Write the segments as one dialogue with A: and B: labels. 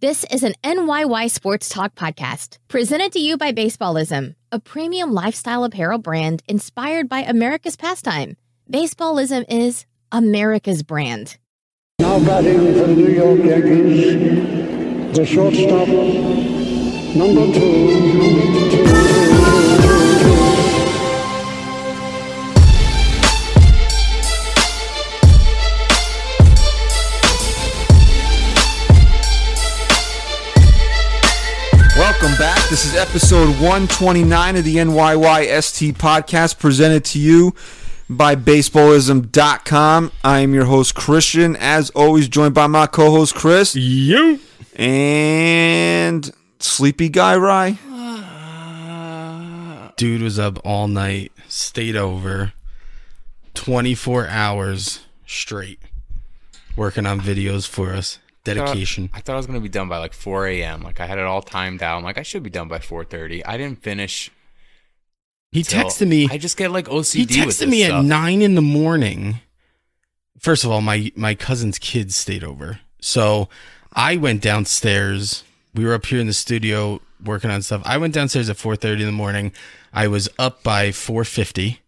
A: This is an NYY Sports Talk podcast presented to you by Baseballism, a premium lifestyle apparel brand inspired by America's pastime. Baseballism is America's brand.
B: Now batting for the New York Yankees, the shortstop, number two.
C: Welcome back. This is episode 129 of the NYYST podcast presented to you by baseballism.com. I am your host, Christian, as always, joined by my co host, Chris.
D: You.
C: And Sleepy Guy Rye.
D: Dude was up all night, stayed over 24 hours straight, working on videos for us.
E: thought-
D: Dedication.
E: I thought I was gonna be done by like 4 a.m. Like I had it all timed out. I'm like I should be done by 4:30. I didn't finish.
D: He
E: till-
D: texted me.
E: I just get like OCD.
D: He
E: with
D: texted
E: this
D: me at
E: stuff.
D: nine in the morning. First of all, my my cousin's kids stayed over, so I went downstairs. We were up here in the studio working on stuff. I went downstairs at four thirty in the morning. I was up by four fifty.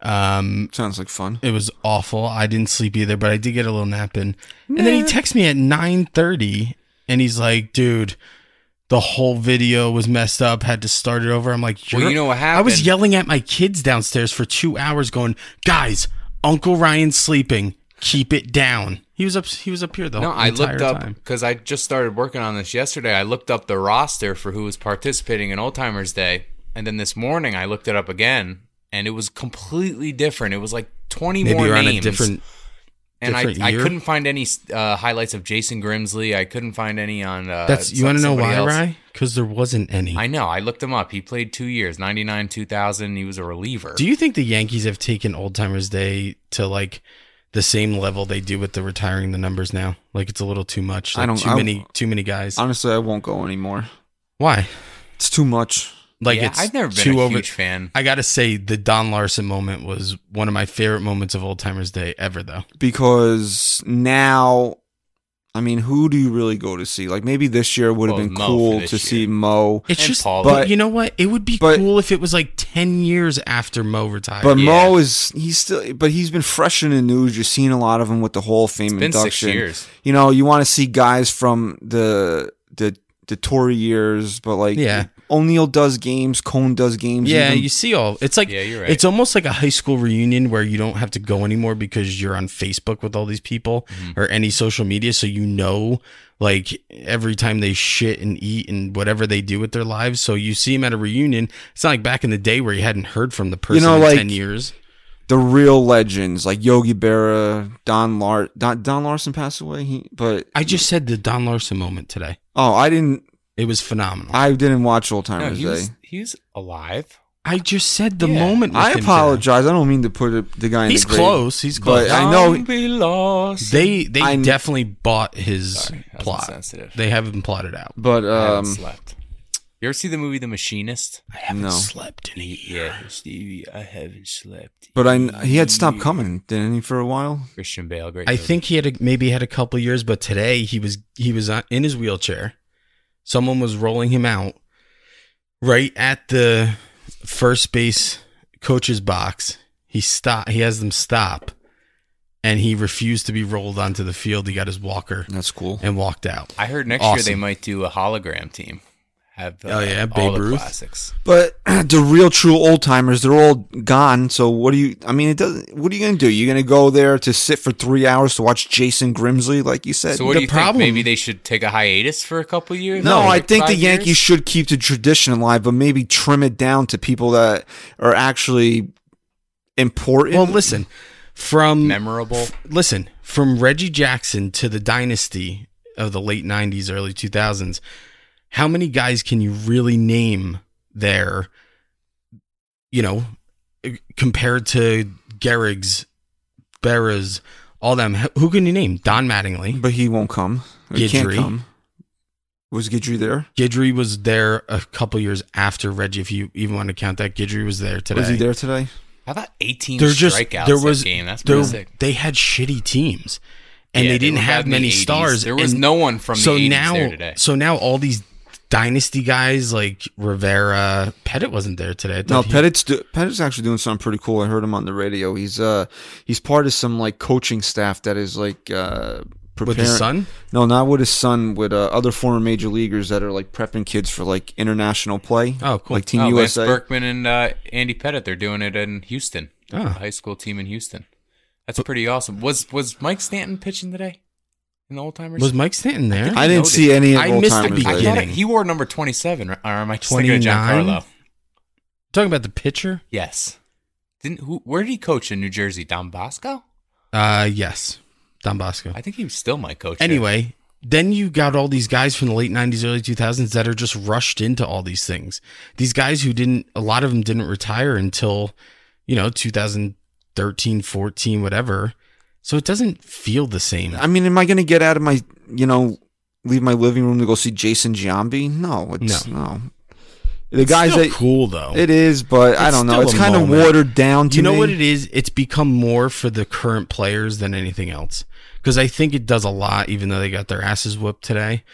D: Um,
C: Sounds like fun.
D: It was awful. I didn't sleep either, but I did get a little nap in. And then he texts me at 9:30 and he's like, "Dude, the whole video was messed up. Had to start it over." I'm like,
E: Well,
D: "You're-"
E: you know what
D: I was
E: happened.
D: yelling at my kids downstairs for 2 hours going, "Guys, Uncle Ryan's sleeping. Keep it down." He was up he was up here the
E: No,
D: whole
E: I
D: entire
E: looked up
D: time.
E: because I just started working on this yesterday. I looked up the roster for who was participating in Old Timers Day, and then this morning I looked it up again, and it was completely different. It was like 20
D: Maybe
E: more
D: you're on
E: names.
D: a different
E: and I,
D: different
E: I
D: year?
E: couldn't find any uh, highlights of Jason Grimsley. I couldn't find any on. Uh,
D: That's you
E: some-
D: want to know
E: somebody
D: why,
E: else.
D: Rye? Cuz there wasn't any.
E: I know. I looked him up. He played two years, 99, 2000. He was a reliever.
D: Do you think the Yankees have taken Old Timers Day to like the same level they do with the retiring the numbers now? Like it's a little too much.
C: I
D: Like,
C: don't-
D: too
C: I-
D: many too many guys.
C: Honestly, I won't go anymore.
D: Why?
C: It's too much.
D: Like
E: yeah,
D: it's
E: I've never been
D: too
E: a
D: over.
E: huge fan.
D: I gotta say the Don Larson moment was one of my favorite moments of Old Timers Day ever. Though
C: because now I mean, who do you really go to see? Like maybe this year would have
E: Well,
C: been
E: Mo for
C: cool
E: this
C: to
E: year.
C: see Mo.
D: it's
E: And
D: just.
E: Paul.
D: but,
C: But-
D: you know what? It would be
C: but-
D: cool if it was like ten years after Mo retired.
C: But
E: yeah.
C: Mo is he's still but he's been fresh in the news. You're seeing a lot of him with the Hall of Fame
E: been six
C: induction.
E: years.
C: You know, you want to see guys from the the the Tory years, but like
D: Yeah.
C: O'Neill does games, Cone does games.
D: yeah,
C: even-
D: you see all. It's like
E: Yeah, you're right.
D: it's almost like a high school reunion where you don't have to go anymore because you're on Facebook with all these people or any social media, so you know like every time they shit and eat and whatever they do with their lives. So you see them at a reunion. It's not like back in the day where you hadn't heard from the person
C: know,
D: in
C: like-
D: ten years.
C: the real legends like Yogi Berra, Don Lar Don, Don Larson passed away. He but
D: I just said the Don Larson moment today.
C: oh I didn't
D: It was phenomenal. I,
C: I didn't watch Old
E: No,
C: Timers
E: he
C: Day.
E: was, he's alive.
D: just said the
E: Yeah.
D: moment. with
C: I
D: him today.
C: apologize. I don't mean to put it- the guy in
D: He's
C: the grave,
D: close. He's
C: but
D: close.
C: I know.
E: Zombie lost.
D: They they
C: I'm-
D: definitely bought his
E: Sorry, that was
D: plot.
E: insensitive.
D: They haven't plotted out.
C: But
E: I haven't
C: um,
E: slept. You ever see the movie The Machinist?
D: I haven't
C: No.
D: slept in a year.
E: Stevie, I haven't slept.
C: but I he had stopped coming, didn't he, for a while?
E: Christian Bale, great.
D: I
E: movie.
D: think he had a, maybe had a couple years, but today he was he was on- in his wheelchair. Someone was rolling him out right at the first base coach's box. He stop. He has them stop, and he refused to be rolled onto the field. He got his walker
C: That's cool.
D: and walked out.
E: I heard next year they
D: Awesome.
E: might do a hologram team. Have uh,
D: Oh, yeah,
E: all
D: Babe
E: the
D: Ruth.
E: classics.
C: But the real, true old timers, they're all gone. So what do you? I mean, it doesn't. What are you gonna do? You're gonna go there to sit for three hours to watch Jason Grimsley, like you said?
E: So what
D: the
E: do you
D: problem-
E: think? Maybe they should take a hiatus for a couple years.
C: no,
E: Like
C: I think the
E: five years?
C: Yankees should keep the tradition alive, but maybe trim it down to people that are actually important.
D: Well, listen, from
E: memorable.
D: listen, from Reggie Jackson to the dynasty of the late 90s, early 2000s, how many guys can you really name there, you know, compared to Gehrig's, Berra's, all them? Who can you name? Don Mattingly.
C: but he won't come. He can't
D: Guidry.
C: come. Was Guidry there?
D: Guidry was there a couple years after Reggie, if you even want to count that. Guidry was there today.
C: Was he there today?
E: How about 18
D: They're
E: strikeouts
D: just there was
E: that game? That's
D: there-
E: pretty sick.
D: they had shitty teams, and
E: Yeah,
D: they
E: they
D: didn't
E: were
D: have
E: back in the
D: many
E: 80s.
D: stars.
E: There was
D: and
E: no one from the
D: so
E: 80s
D: now,
E: there today.
D: so now all these dynasty guys like Rivera, Pettit wasn't there today. I
C: No,
D: thought he-
C: Pettit's do, Pettit's actually doing something pretty cool. I heard him on the radio. He's uh he's part of some like coaching staff that is like uh preparing.
D: with his son.
C: No, not with his son. With uh, other former major leaguers that are like prepping kids for like international play.
D: Oh, cool.
C: Like Team
E: oh, Lance
C: USA.
E: Berkman and uh, Andy Pettit, they're doing it in Houston.
D: Oh.
E: The high school team in Houston. That's pretty awesome. Was was Mike Stanton pitching today in the old timers?
D: Was Mike Stanton there?
C: I didn't
E: noted.
C: see any of
D: I
C: old
D: missed the
C: timers. there.
E: I thought it,
D: beginning.
E: he wore number twenty seven, or am I just thinking of
D: 29?
E: Giancarlo?
D: Talking about the pitcher.
E: Yes. Didn't who? Where did he coach in New Jersey? Don Bosco?
D: Uh, yes, Don Bosco.
E: I think he still might coach. there.
D: Anyway, then you got all these guys from the late 90s, early 2000s that are just rushed into all these things. These guys who didn't, a lot of them didn't retire until, you know, 2013, 14, whatever. So it doesn't feel the same.
C: I mean, am I going to get out of my, you know, leave my living room to go see Jason Giambi? No, it's no. The guys
D: Still
C: that
D: cool though.
C: it is, but I
D: It's
C: don't know.
D: still
C: It's
D: a
C: kind of
D: moment.
C: watered down to
D: you know
C: me.
D: what it is? It's become more for the current players than anything else. Because I think it does a lot, even though they got their asses whooped today.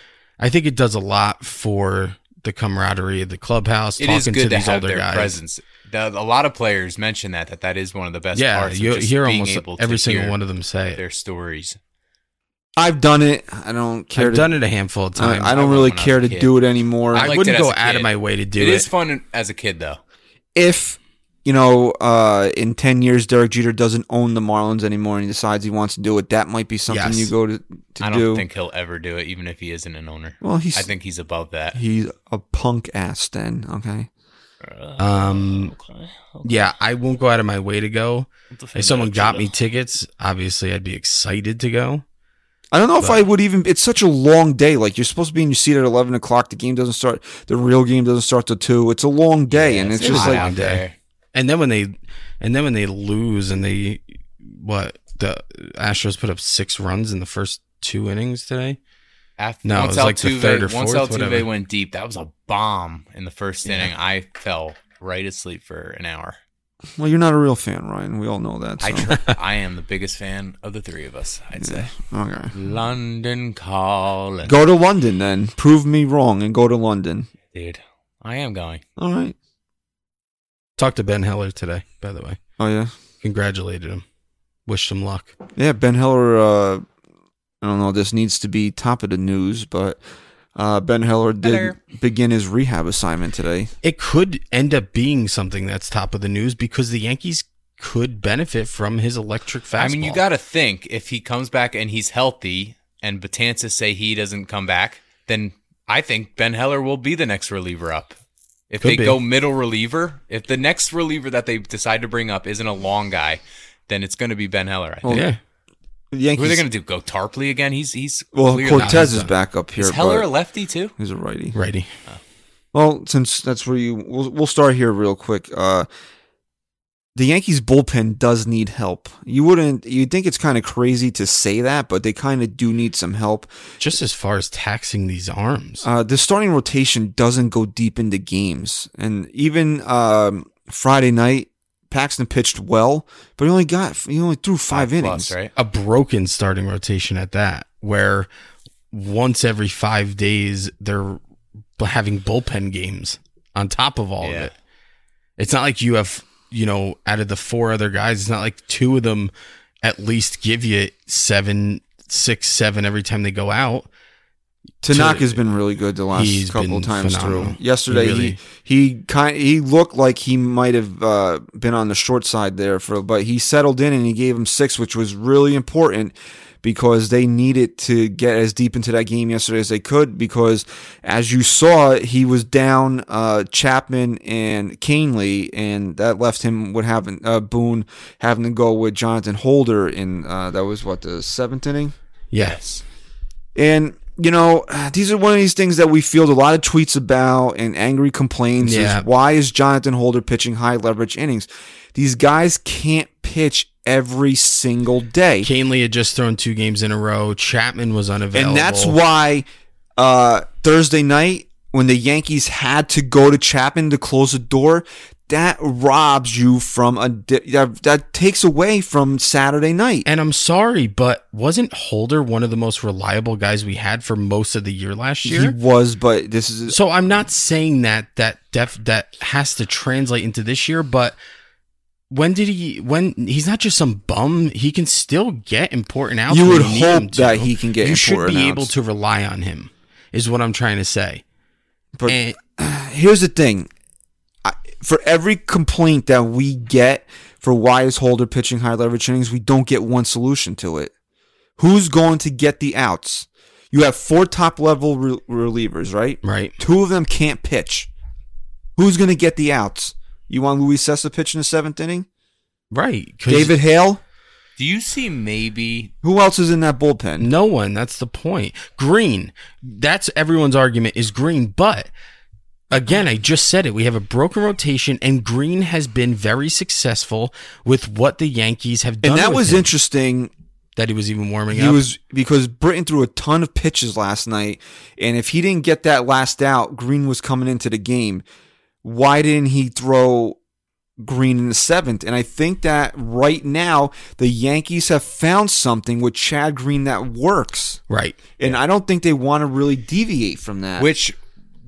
D: I think it does a lot for the camaraderie of the clubhouse,
E: it
D: talking
E: is good to,
D: these
E: have
D: older
E: their
D: guys.
E: presence. The, a lot of players mention that that that is one of the best
D: yeah,
E: parts. of
D: you
E: just
D: hear
E: being
D: almost
E: able to
D: every single
E: hear
D: one of them say it.
E: their stories.
C: I've done it. I don't care.
D: I've
C: to,
D: done it a handful of times.
C: I,
D: I,
C: I don't
E: I
C: really
E: went when I
C: care
E: was
C: to
E: a kid.
C: do it anymore.
E: I liked
D: wouldn't
E: it as
D: go
E: a
D: out of
E: kid.
D: my way to do
E: It
D: it.
E: is fun as a kid though.
C: if you know uh, in 10 years derek jeter doesn't own the marlins anymore and he decides he wants to do it that might be something
D: Yes.
C: you go to, to
E: I don't
C: do
E: think he'll ever do it, even if he isn't an owner.
C: well he's
E: I think he's above that.
C: he's a punk ass then okay
D: Um,
E: Oh,
D: yeah, I won't go out of my way to go. If someone got me tickets, obviously I'd be excited to go.
C: i don't know if i would even it's such a long day like you're supposed to be in your seat at 11 o'clock the game doesn't start the real game doesn't start till 2 it's a long day and it's,
D: it's
C: just
D: hot
C: like
D: out. there. And then when they, and then when they lose and they, what the Astros put up six runs in the first two innings today.
E: After,
D: No, it
E: once
D: was like the
E: Altuve,
D: third or
E: once
D: fourth,
E: Altuve
D: whatever.
E: went deep, that was a bomb in the first inning. I fell right asleep for an hour.
C: well you're not a real fan ryan we all know that so.
E: I tr- I am the biggest fan of the three of us. I'd say
C: okay
E: London calling,
C: go to london then prove me wrong and go to london
E: dude. I am going.
C: all right
D: Talked to Ben Heller today, by the way.
C: oh yeah
D: Congratulated him. Wished him luck.
C: Yeah, Ben Heller. Uh, I don't know. This needs to be top of the news, but uh, Ben Heller did
E: Heller.
C: begin his rehab assignment today.
D: It could end up being something that's top of the news because the Yankees could benefit from his electric fastball.
E: I mean, you got to think if he comes back and he's healthy, and Batanzas say he doesn't come back, then I think Ben Heller will be the next reliever up. If
D: Could
E: they
D: be.
E: go middle reliever, if the next reliever that they decide to bring up isn't a long guy, then it's going to be Ben Heller. I think.
C: The
D: yeah.
E: Who are they
C: Yankees.
E: going to do? Go Tarpley again? He's he's
C: well,
E: clearly-
C: Cortez
D: he's
C: is
D: done.
C: back up here.
E: Is Heller
C: but
E: a lefty too?
C: he's a righty.
D: Righty.
C: Well, since that's where you, we'll, we'll start here real quick. Uh, the Yankees bullpen does need help. You wouldn't. You'd think it's kind of crazy to say that, but they kind of do need some help.
D: Just as far as taxing these arms.
C: Uh, the starting rotation doesn't go deep into games, and even um, Friday night, Paxton pitched well, but he only got he only threw five, innings.
E: Plus, right?
D: a broken starting rotation at that, where once every five days they're b- having bullpen games on top of all of
E: Yeah.
D: it. It's not like you have, you know, out of the four other guys, it's not like two of them at least give you seven, six, seven every time they go out.
C: Tanaka
D: To-
C: has been really good the last
D: He's
C: couple
D: been
C: times
D: phenomenal.
C: through. Yesterday,
D: He really-
C: he he kind he looked like he might have uh, been on the short side there for, but he settled in and he gave him six, which was really important because they needed to get as deep into that game yesterday as they could. Because as you saw, he was down uh, Chapman and Canely, and that left him with having uh, Boone having to go with Jonathan Holder, in uh, that was what the seventh inning.
D: Yes.
C: And you know, these are one of these things that we field a lot of tweets about and angry complaints.
D: Yeah.
C: Is why is Jonathan Holder pitching high leverage innings? These guys can't pitch every single day,
D: Canley had just thrown two games in a row. Chapman was unavailable.
C: and that's why uh, Thursday night when the Yankees had to go to Chapman to close the door, that robs you from a di- that, that takes away from Saturday night.
D: And I'm sorry, but wasn't Holder one of the most reliable guys we had for most of the year last
C: He
D: year?
C: was, but this is
D: So I'm not saying that that def that has to translate into this year, but when did he when he's not just some bum, he can still get important outs.
C: You
D: when
C: would
D: need
C: hope
D: him
C: that he can get
D: You should
C: important
D: be
C: outs.
D: able to rely on him is what I'm trying to say.
C: but
D: And-
C: here's the thing. I, for every complaint that we get for why is Holder pitching high leverage innings, we don't get one solution to it. Who's going to get the outs? You have four top level re- relievers, right?
D: right.
C: Two of them can't pitch. Who's going to get the outs? You want Luis Sessa pitch in the seventh inning?
D: Right. 'cause
C: David Hale?
E: Do you see maybe
C: Who else is in that bullpen?
D: No one. That's the point. Green. That's everyone's argument is green. But again, I just said it. We have a broken rotation, and Green has been very successful with what the Yankees have done.
C: And that
D: with
C: was
D: him.
C: interesting
D: That he was even warming
C: He
D: up.
C: was because Britain threw a ton of pitches last night, and if he didn't get that last out, Green was coming into the game. Why didn't he throw Green in the seventh? And I think that right now the Yankees have found something with Chad Green that works,
D: right.
C: and I don't think they want to really deviate from that.
E: Which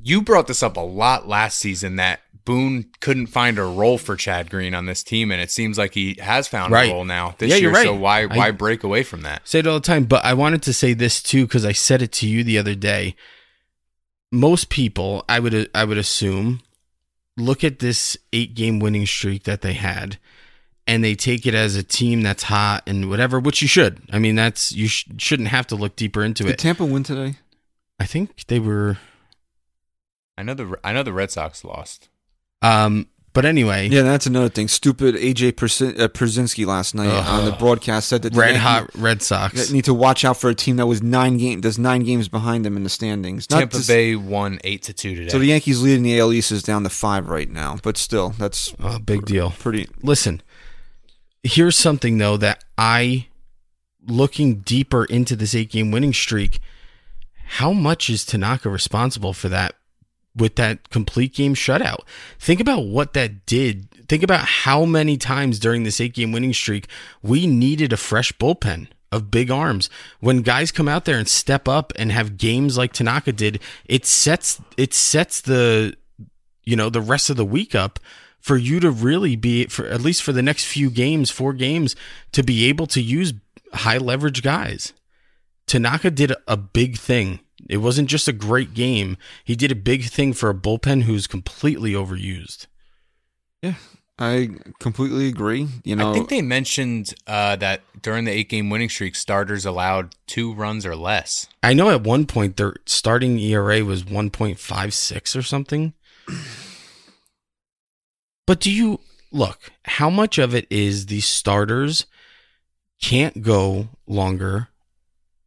E: you brought this up a lot last season that Boone couldn't find a role for Chad Green on this team, and it seems like he has found
D: Right.
E: a role now this
D: Yeah,
E: year.
D: you're
E: So
D: right.
E: why
D: I-
E: why break away from that?
D: Say it all the time, but I wanted to say this too because I said it to you the other day. Most people, I would I would assume, look at this eight game winning streak that they had, and they take it as a team that's hot and whatever, which you should. I mean, that's you sh- shouldn't have to look deeper into
C: did
D: it.
C: Tampa win today?
D: I think they were,
E: I know the I know the Red Sox lost.
D: um, but anyway,
C: Yeah, that's another thing. Stupid AJ Pers- uh, Przinski last night on the broadcast said that the
D: red
C: Yankees-
D: hot Red
C: that
D: Sox.
C: need to watch out for a team that was nine game that's nine games behind them in the standings. Not
E: Tampa
C: to-
E: Bay won eight to two today.
C: So the Yankees leading the AL East is down to five right now, but still, that's
D: Oh, big deal.
C: pretty.
D: listen, here's something though that I, looking deeper into this eight game winning streak, how much is Tanaka responsible for that with that complete game shutout? Think about what that did. Think about how many times during this eight game winning streak we needed a fresh bullpen of big arms. When guys come out there and step up and have games like Tanaka did, it sets it sets the you know the rest of the week up for you to really be for at least for the next few games four games to be able to use high leverage guys tanaka did a- a big thing it wasn't just a great game he did a big thing for a bullpen who's completely overused
C: I completely agree. You know,
E: I think they mentioned uh, that during the eight game winning streak, starters allowed two runs or less.
D: i know at one point their starting era was 1.56 or something but do you look how much of it is the starters can't go longer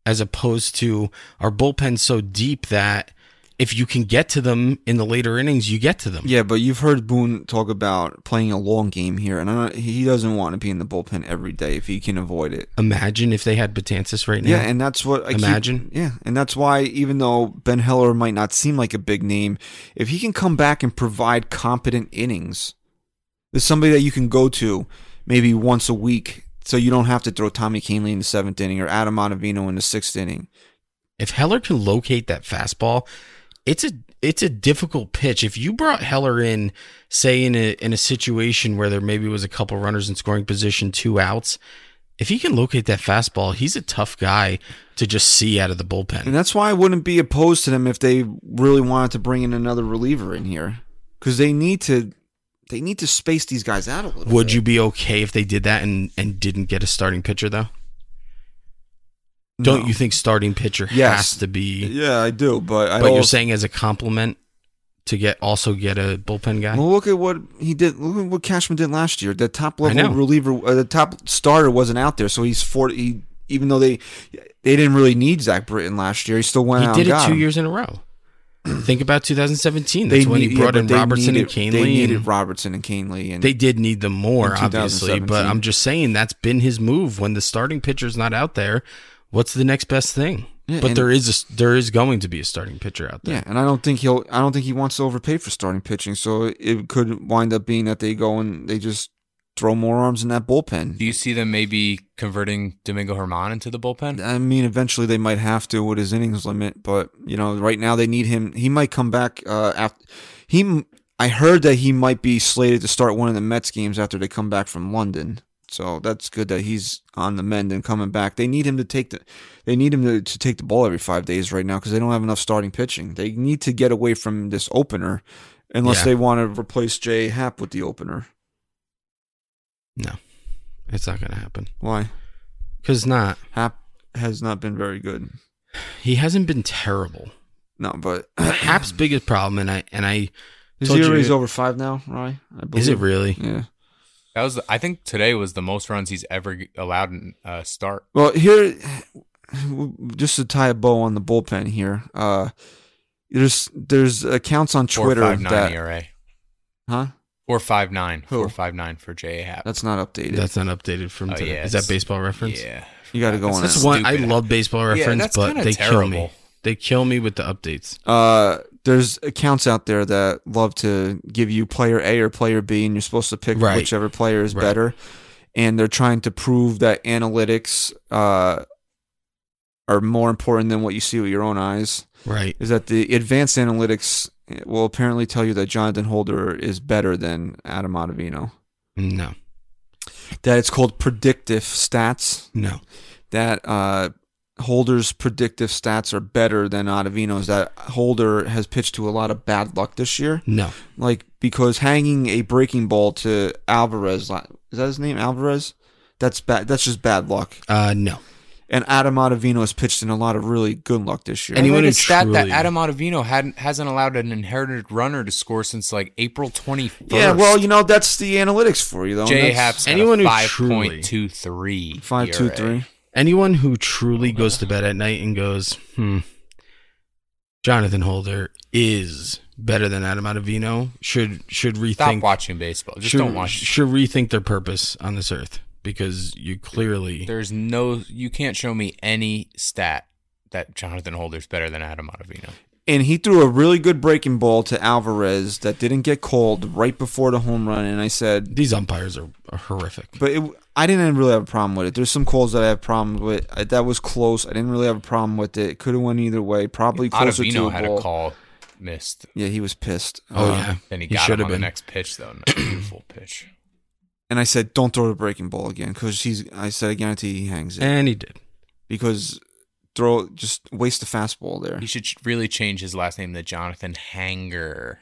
D: as opposed to our bullpen so deep that if you can get to them in the later innings, you get to them.
C: yeah, but you've heard Boone talk about playing a long game here, and I'm not, he doesn't want to be in the bullpen every day if he can avoid it.
D: Imagine if they had Batansis right now.
C: Yeah, and that's what I keep-
D: Imagine.
C: yeah, and that's why even though Ben Heller might not seem like a big name, if he can come back and provide competent innings, there's somebody that you can go to maybe once a week, so you don't have to throw Tommy Canley in the seventh inning or Adam Ottavino in the sixth inning.
D: if Heller can locate that fastball, it's a it's a difficult pitch. If you brought Heller in, say in a in a situation where there maybe was a couple runners in scoring position, two outs, if he can locate that fastball, he's a tough guy to just see out of the
C: And
D: bullpen.
C: that's why I wouldn't be opposed to them if they really wanted to bring in another reliever in here, because they need to they need to space these guys out a little.
D: Would
C: bit.
D: you be okay if they did that and and didn't get a starting pitcher though? Don't
C: No.
D: you think starting pitcher
C: Yes.
D: has to be?
C: Yeah, I do, but I
D: But you're
C: also-
D: saying as a compliment to get also get a bullpen guy.
C: Well, look at what he did. Look at what Cashman did last year. The top
D: I know.
C: level reliever, uh, the top starter wasn't out there, so he's forty. He, even though they they didn't really need Zach Britton last year, he still went
D: He
C: out.
D: did
C: and
D: it
C: got
D: two
C: him.
D: years in a row. Think about 2017. That's when
C: need-
D: he brought
C: yeah,
D: in
C: but they
D: Robertson
C: needed-
D: and
C: They
D: Canley.
C: needed
D: and
C: Robertson and Canley, and
D: they did need them more,
C: In
D: obviously. But
C: 2017.
D: I'm just saying that's been his move. When the starting pitcher's not out there, what's the next best thing?
C: Yeah,
D: But
C: and-
D: there is a, there is going to be a starting pitcher out there.
C: Yeah, and I don't think he'll. I don't think he wants to overpay for starting pitching. So it could wind up being that they go and they just throw more arms in that bullpen.
E: Do you see them maybe converting Domingo Herman into the bullpen?
C: I mean, eventually they might have to with his innings limit, but you know, right now they need him. He might come back uh, after he. m- I heard that he might be slated to start one of the Mets games after they come back from London. So that's good that he's on the mend and coming back. They need him to take the, they need him to, to take the ball every five days right now because they don't have enough starting pitching. They need to get away from this opener, unless
D: Yeah.
C: they want to replace Jay Happ with the opener.
D: No, it's not going to happen.
C: Why
D: Because not.
C: Happ has not been very good.
D: He hasn't been terrible.
C: No, but
D: Hap's biggest problem, and I and I
C: His
D: Told you-
C: ERA is over five now, Rye. I believe.
D: is it really?
C: Yeah.
E: That was, I think, today was the most runs he's ever allowed in a start.
C: Well, here, just to tie a bow on the bullpen here. Uh, there's there's accounts on
E: Four
C: Twitter
E: five nine E
C: that
E: ERA.
C: huh?
E: Four five nine.
C: Who?
E: Four five nine for J. Happ.
C: That's not updated.
D: That's not updated from
E: Oh,
D: today.
E: yeah,
D: is that
E: it's-
D: baseball reference?
E: Yeah.
C: you got to go on.
D: That's
C: that.
D: one I
E: Stupid.
D: love baseball
E: Yeah,
D: reference,
E: that's
D: but
E: kinda
D: they kill me.
E: terrible.
D: They kill me with the updates.
C: Uh, there's accounts out there that love to give you player A or player B, and you're supposed to pick
D: Right.
C: whichever player is
D: Right.
C: better. And they're trying to prove that analytics uh, are more important than what you see with your own eyes.
D: Right.
C: is that the advanced analytics eh, will apparently tell you that Jonathan Holder is better than Adam Ottavino.
D: No.
C: That it's called predictive stats.
D: No.
C: That uh, Holder's predictive stats are better than Ottavino's. That Holder has pitched to a lot of bad luck this year.
D: No.
C: Like because hanging a breaking ball to Alvarez la- is that his name Alvarez? That's bad. That's just bad luck.
D: Uh no.
C: And Adam Ottavino has pitched in a lot of really good luck this year.
E: I
D: Anyone
E: read
D: who
E: a stat that
D: truly-
E: Adam Ottavino hadn't hasn't allowed an inherited runner to score since like April twenty first.
C: yeah, well, you know that's the analytics for you though. and
E: J.
C: that's-
E: Happ's
D: anyone
E: anyone
D: who
E: five
D: truly-
E: point two three. E
C: Five two three.
D: Anyone who
E: Oh,
D: truly goes to bed at night and goes, hmm, Jonathan Holder is better than Adam Ottavino should should rethink
E: Stop watching baseball. Just
D: should,
E: don't watch.
D: should rethink their purpose on this earth because you clearly
E: There's no. You can't show me any stat that Jonathan Holder's better than Adam Ottavino.
C: And he threw a really good breaking ball to Alvarez that didn't get called right before the home run. And I said,
D: these umpires are, are horrific.
C: but it, I didn't really have a problem with it. There's some calls that I have problems with. I, that was close. I didn't really have a problem with it. It could have went either way. Probably closer to
E: Ottavino
C: a
E: had
C: ball.
E: a call missed.
C: Yeah, he was pissed.
D: oh
C: Uh,
D: yeah,
E: Then he
D: He
E: got
D: should have
E: him on
D: been.
E: the next pitch though. and a Beautiful pitch.
C: And I said, don't throw the breaking ball again because he's. I said, I guarantee he hangs it
D: and he did.
C: because throw just waste the fastball there.
E: He should ch- really change his last name to Jonathan Hanger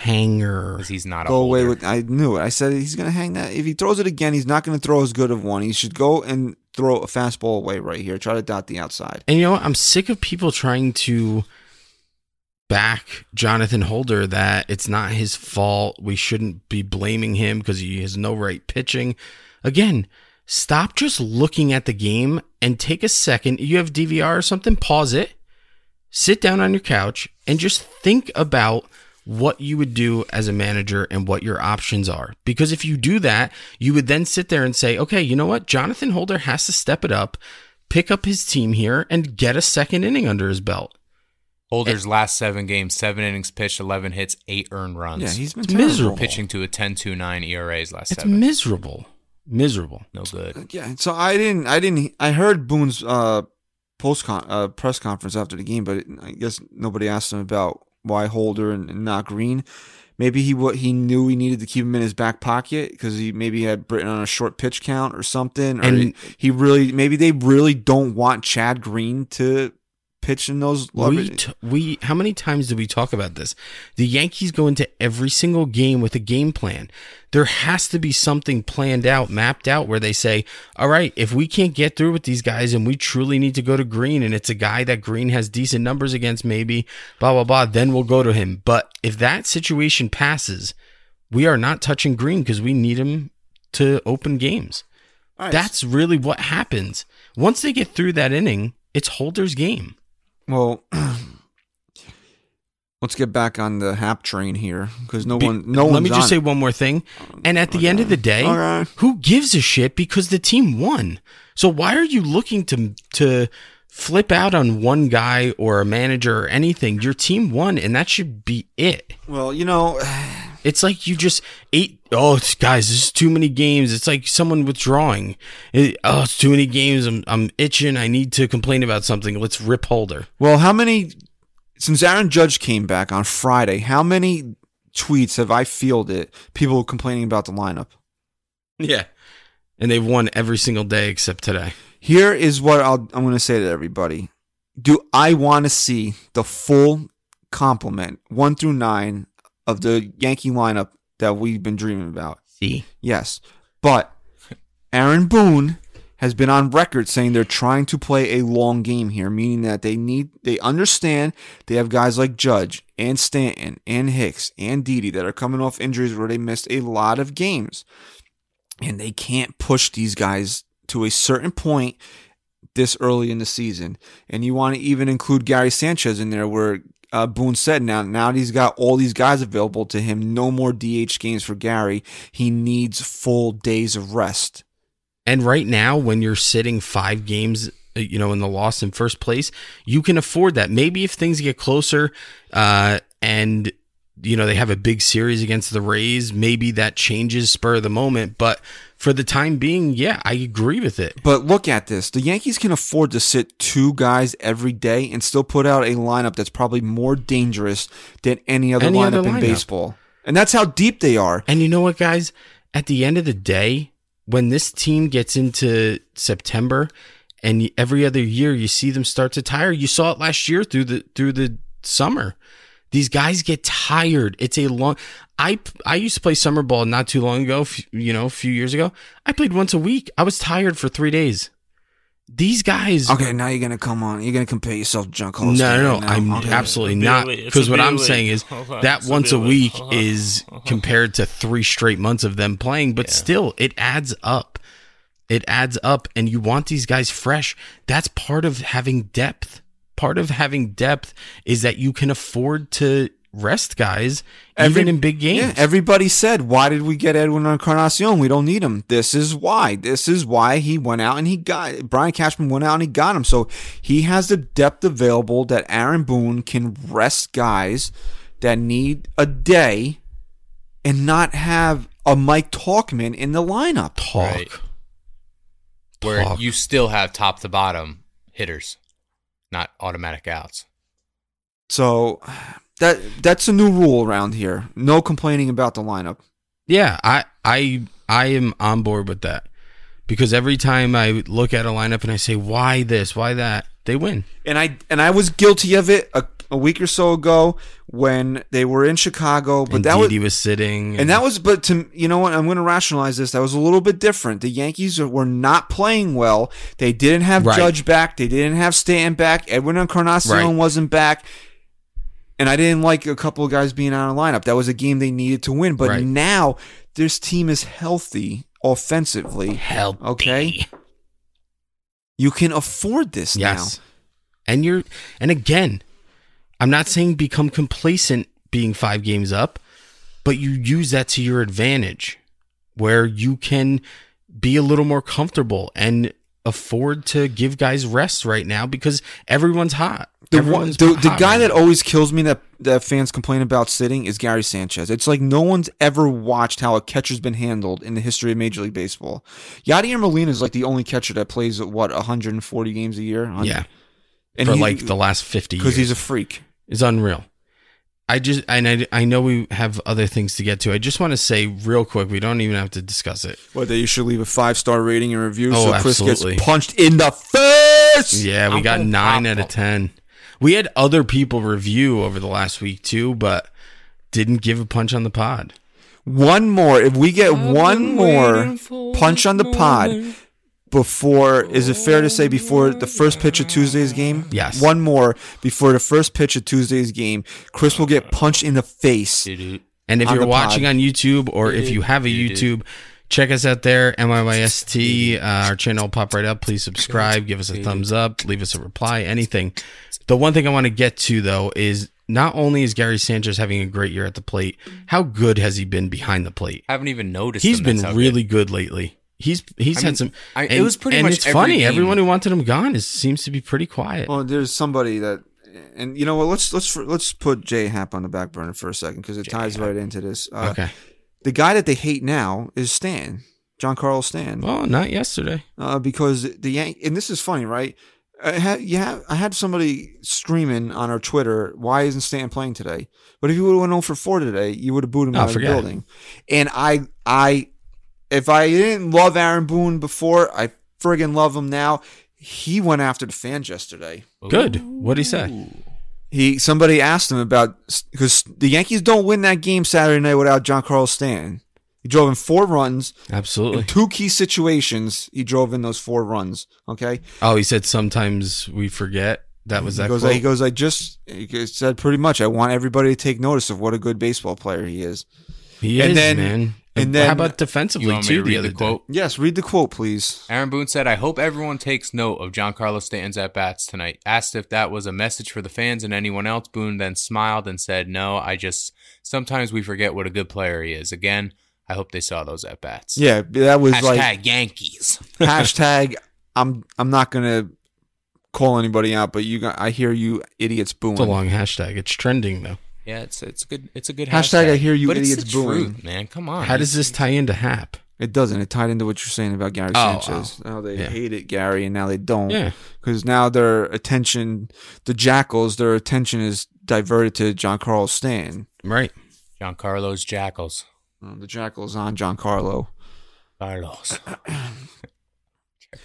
D: Hanger.
E: because he's not a
C: go away
E: holder.
C: with I knew it. I said he's gonna hang that. If he throws it again, he's not gonna throw as good of one. He should go and throw a fastball away right here. Try to dot the outside.
D: And you know what? I'm sick of people trying to back Jonathan Holder that it's not his fault. We shouldn't be blaming him because he has no right pitching. Again, stop just looking at the game and take a second. You have DVR or something, pause it, sit down on your couch, and just think about what you would do as a manager and what your options are. Because if you do that, you would then sit there and say, okay, you know what? Jonathan Holder has to step it up pick up his team here and get a second inning under his belt.
E: Holder's last seven games, seven innings pitched, eleven hits, eight earned runs.
C: Yeah, he's been
D: It's
C: terrible.
D: miserable.
E: pitching to a 10-2-9 ERA's last
D: It's
E: seven.
D: miserable. Miserable.
E: no good.
C: Yeah, so I didn't. I didn't. I heard Boone's uh, post con, uh, press conference after the game, but I guess nobody asked him about why Holder and, and not Green. Maybe he what he knew he needed to keep him in his back pocket because he maybe had Britain on a short pitch count or something, or
D: And-
C: he, he really maybe they really don't want Chad Green to pitch in those
D: We,
C: leverage.
D: t- we how many times did we talk about this? The Yankees go into every single game with a game plan. There has to be something planned out, mapped out where they say, "All right, if we can't get through with these guys and we truly need to go to Green and it's a guy that Green has decent numbers against maybe, blah blah blah, then we'll go to him." But if that situation passes, we are not touching Green because we need him to open games.
C: All right,
D: That's really what happens. Once they get through that inning, it's Holder's game.
C: Well, let's get back on the Hap train here because no
D: Be-
C: one, no
D: Let
C: one's
D: me just
C: on
D: say
C: it.
D: one more thing. And at the end of the day,
C: Okay.
D: who gives a shit because the team won? So why are you looking to to flip out on one guy or a manager or anything. Your team won, and that should be it.
C: Well, you know,
D: It's like you just ate. Oh, it's- guys, this is too many games. It's like someone withdrawing. It- oh, it's too many games. I'm, I'm itching. I need to complain about something. Let's rip holder.
C: well, how many since Aaron Judge came back on Friday? How many tweets have I fielded people complaining about the lineup?
D: Yeah. And they've won every single day except today.
C: Here is what I'll, I'm going to say to everybody. Do I want to see the full complement, one through nine, of the Yankee lineup that we've been dreaming about?
D: See?
C: Yes. But Aaron Boone has been on record saying they're trying to play a long game here, meaning that they need they understand they have guys like Judge and Stanton and Hicks and Didi that are coming off injuries where they missed a lot of games. And they can't push these guys to a certain point this early in the season. And you want to even include Gary Sanchez in there where uh, Boone said now now that he's got all these guys available to him, no more DH games for Gary. He needs full days of rest.
D: And right now, when you're sitting five games, uh, you know, in the loss in first place, you can afford that. Maybe if things get closer uh, and, you know, they have a big series against the Rays, maybe that changes spur of the moment. But for the time being, yeah, I agree with it.
C: But look at this. The Yankees can afford to sit two guys every day and still put out a lineup that's probably more dangerous than any other
D: Any
C: lineup
D: other
C: in
D: lineup.
C: baseball. And that's how deep they are.
D: And you know what, guys? At the end of the day, when this team gets into September, and y- every other year you see them start to tire. You saw it last year through the through the summer. These guys get tired. It's a long. I I used to play summer ball not too long ago. f- You know, a few years ago, I played once a week. I was tired for three days. These guys.
C: Okay, now you're gonna come on. You're gonna compare yourself to John
D: No,
C: Carlos. Stanton
D: no, no.
C: now.
D: I'm
C: Okay.
D: absolutely
F: It's a
D: not.
F: bit late. It's
D: Because
F: a
D: what
F: bit
D: I'm
F: late.
D: saying is
F: Hold on,
D: that
F: it's a
D: once a
F: bit late.
D: week
F: Hold on,
D: is
F: hold on.
D: compared to three straight months of them playing, but still, it adds up. It adds up, and you want these guys fresh. That's part of having depth. Part of having depth is that you can afford to rest guys even in big games.
C: Yeah, everybody said, "Why did we get Edwin Encarnacion? We don't need him." This is why. This is why he went out and he got Brian Cashman went out and he got him. So he has the depth available that Aaron Boone can rest guys that need a day and not have a Mike Talkman in the lineup.
D: Talk.
E: Right. where
D: Talk.
E: you still have top to bottom hitters, not automatic outs.
C: So that that's a new rule around here. No complaining about the lineup.
D: Yeah, I I I am on board with that. Because every time I look at a lineup and I say, why this, why that, they win.
C: and I and I was guilty of it a, a week or so ago when they were in Chicago. But
D: and
C: that
D: Didi
C: was
D: was, sitting,
C: and that was but to you know what I'm going to rationalize this. That was a little bit different. The Yankees were not playing well. They didn't have
D: Right.
C: Judge back. They didn't have Stanton back. Edwin Encarnacion
D: Right.
C: wasn't back. And I didn't like a couple of guys being out of lineup. That was a game they needed to win. But
D: Right.
C: now this team is healthy offensively.
D: help.
C: Okay. You can afford this now.
D: Yes, and you're and again, I'm not saying become complacent being five games up, but you use that to your advantage, where you can be a little more comfortable and afford to give guys rest right now because everyone's hot.
C: The, one,
D: Everyone's
C: the, the
D: hot
C: guy
D: right
C: that
D: now.
C: always kills me that, that fans complain about sitting is Gary Sanchez. It's like no one's ever watched how a catcher's been handled in the history of Major League Baseball. Yadier Molina is like the only catcher that plays what 140 games a year.
D: yeah, for like the last fifty
C: because
D: years.
C: he's a freak.
D: is unreal. I just and I, I know we have other things to get to. I just want to say real quick, we don't even have to discuss it.
C: Whether you should leave a five star rating and review,
D: Oh,
C: so Chris
D: absolutely.
C: gets punched in the face.
D: Yeah, we
E: I'm
D: got
E: gonna
D: nine
E: pop
D: out of
E: up.
D: ten. We had other people review over the last week too, but didn't give a punch on the pod.
C: One more. If we get one more punch on the pod before, is it fair to say before the first pitch of Tuesday's game?
D: Yes.
C: One more before the first pitch of Tuesday's game. Chris will get punched in the face.
D: And if
C: On
D: you're
C: the pod.
D: watching on YouTube or if you have a YouTube, check us out there, MYYST. Uh, our channel will pop right up. Please subscribe, give us a thumbs up, leave us a reply, anything. The one thing I want to get to though is not only is Gary Sanchez having a great year at the plate, how good has he been behind the plate?
E: Haven't even noticed.
D: He's
E: him.
D: been
E: That's how
D: really good lately. He's he's
E: I
D: had
E: mean,
D: some.
E: I- it
D: and-
E: was pretty
D: and
E: much
D: it's
E: every
D: funny.
E: game.
D: Everyone who wanted him gone is seems to be pretty quiet.
C: Well, Oh, there's somebody that, and you know what? Let's let's let's put J Hap on the back burner for a second because it ties right into this. Uh,
D: okay.
C: The guy that they hate now is Stan, John Carl Stan,
D: Well, not yesterday.
C: uh, because the Yan- and this is funny, right? I had, yeah, I had somebody screaming on our Twitter, "Why isn't Stan playing today?" But if you would have went 0 for four today, you would have booed him
D: Oh,
C: out of the
D: forget it.
C: building. And I, I, if I didn't love Aaron Boone before, I friggin' love him now. He went after the fans yesterday.
E: Oh.
D: Good. What would he say?
C: He somebody asked him about because the Yankees don't win that game Saturday night without John Carl Stanton. He drove in four runs in
D: Absolutely.
C: two key situations. He drove in those four runs. Okay,
D: Oh, he said sometimes we forget. That was
C: he
D: that.
C: goes.
D: quote?
C: He goes. I just he said pretty much. I want everybody to take notice of what a good baseball player he is.
D: He
C: And
D: is,
C: then-
D: man.
C: and
D: And
C: then-
D: then how about
E: You
D: defensively
E: want me
D: too?
E: to read
D: the other
E: the
D: day?
E: quote?
C: Yes, read the quote, please.
E: Aaron Boone said, I hope everyone takes note of John Carlos Stanton's at bats tonight. Asked if that was a message for the fans and anyone else. Boone then smiled and said, No, I just sometimes we forget what a good player he is. Again, I hope they saw those at bats.
C: Yeah, that was
E: Hashtag
C: like
E: Yankees.
C: hashtag. I'm I'm not gonna call anybody out, but you. got- I hear you, idiots booing.
D: It's a long hashtag. It's trending though.
E: Yeah, it's it's a good it's a good
C: Hashtag
E: hashtag.
C: I hear you
E: but
C: idiots
E: it's the
C: booing.
E: truth, man. Come on.
D: How does this tie into Hap?
C: It doesn't. It tied into what you're saying about Gary
D: Oh,
C: Sanchez. Now they
D: Yeah.
C: hate it, Gary, and now they don't.
D: Yeah.
C: Because now their attention, the Jackals, their attention is diverted to John Carl Stan.
D: Right.
E: John Carlos Jackals?
C: Uh, the Jackals on John Carlo.
E: Carlos.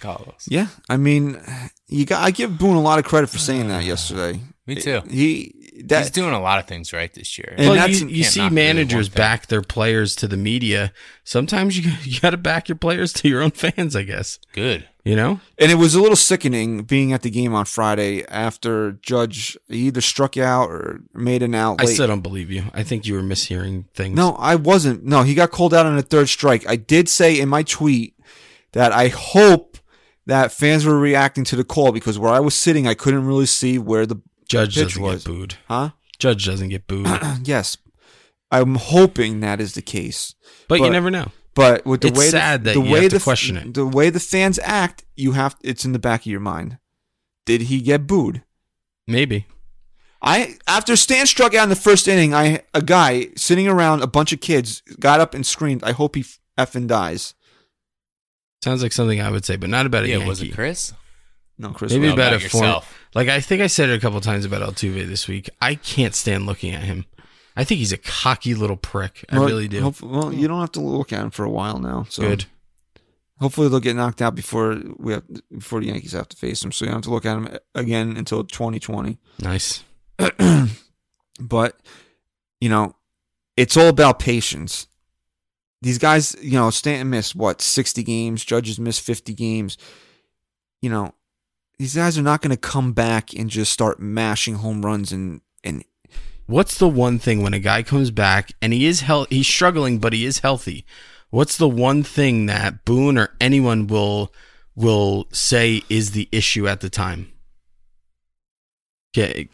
E: Carlos.
C: Yeah, I mean, you got. I give Boone a lot of credit for saying that yesterday.
E: Me too.
C: He
E: He's
C: that
E: doing a lot of things right this year.
C: And
D: well,
C: that's-
D: you,
E: can't
D: you see
E: knock really
D: managers
E: one thing.
D: back their players to the media. Sometimes you you got to back your players to your own fans, I guess.
E: Good.
D: You know.
C: and it was a little sickening being at the game on Friday after Judge he either struck you out or made an out.
D: I
C: late.
D: still don't believe you. I think you were mishearing things.
C: No, I wasn't. No, he got called out on a third strike. I did say in my tweet that I hope that fans were reacting to the call because where I was sitting, I couldn't really see where the
D: Judge
C: Pitch
D: doesn't
C: was-
D: get booed.
C: huh.
D: Judge doesn't get booed. but,
C: yes, I'm hoping that is the case.
D: you never know.
C: But with the
D: It's
C: way
D: sad
C: the,
D: that
C: the
D: you
C: way
D: have
C: the
D: to
C: f-
D: question it.
C: the way the fans act, you have it's in the back of your mind. Did he get booed?
D: Maybe.
C: I after Stan struck out in the first inning, I a guy sitting around a bunch of kids got up and screamed, "I hope he effing dies."
D: Sounds like something I would say, but not about a
E: Yeah,
D: Yankee.
E: was it Chris?
C: No, Chris.
D: Maybe
E: Well,
D: about,
E: about
D: a form.
E: yourself.
D: Like I think I said it a couple times about Altuve this week. I can't stand looking at him. I think he's a cocky little prick. I
C: Well,
D: really do.
C: hopef- well, you don't have to look at him for a while now. So
D: Good.
C: Hopefully, they'll get knocked out before we have, before the Yankees have to face him. So you don't have to look at him again until 2020.
D: Nice.
C: But you know, it's all about patience. These guys, you know, Stanton missed what 60 games. Judges missed 50 games. You know, these guys are not going to come back and just start mashing home runs and and
D: What's the one thing when a guy comes back and he is hel- he's struggling but he is healthy? What's the one thing that Boone or anyone will will say is the issue at the time? Okay,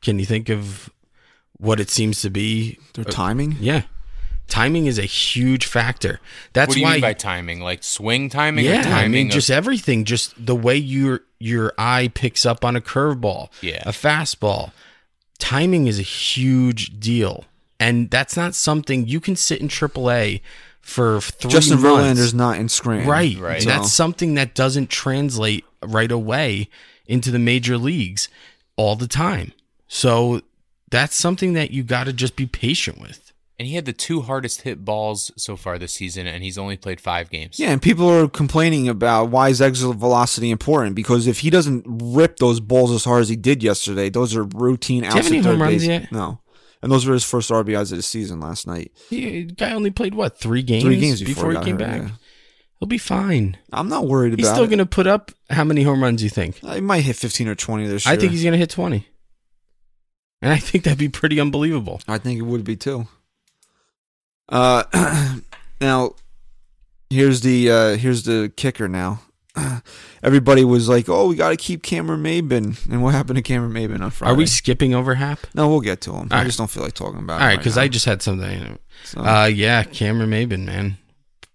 D: can you think of what it seems to be?
C: their timing.
D: Yeah. Timing is a huge factor. That's
E: what do you
D: why
E: mean by timing? Like swing timing
D: yeah,
E: or timing?
D: I mean
E: of-
D: just everything, just the way your your eye picks up on a curveball,
E: Yeah.
D: a fastball. Timing is a huge deal, and that's not something you can sit in AAA for three
C: Justin
D: months.
C: Verlander's not in Scranton.
D: right,
E: Right.
D: That's
C: So-
D: something that doesn't translate right away into the major leagues all the time. So that's something that you got to just be patient with.
E: and he had the two hardest hit balls so far this season, and he's only played five games.
C: Yeah, and people are complaining about why is exit velocity important because if he doesn't rip those balls as hard as he did yesterday, those are routine outs.
D: have any
C: at third
D: home runs
C: base.
D: yet?
C: No, and those were his first RBIs of the season last night.
D: The guy only played what three games,
C: Three games before,
D: he
C: got
D: came
C: hurt,
D: back.
C: yeah.
D: He'll be fine.
C: I'm not worried about.
D: He's still
C: it.
D: going to put up how many home runs you think?
C: I might hit 15 or 20 this year.
D: I think he's going to hit 20. And I think that'd be pretty unbelievable.
C: I think it would be too. Uh, now here's the uh, here's the kicker. Now everybody was like, "Oh, we got to keep Cameron Maben," and what happened to Cameron Maben on Friday?
D: Are we skipping over Hap?
C: No, we'll get to him. I
D: right.
C: just don't feel like talking about.
D: All right, because I
C: just.
D: just had something.
C: So,
D: Uh, yeah, Cameron Maben, man.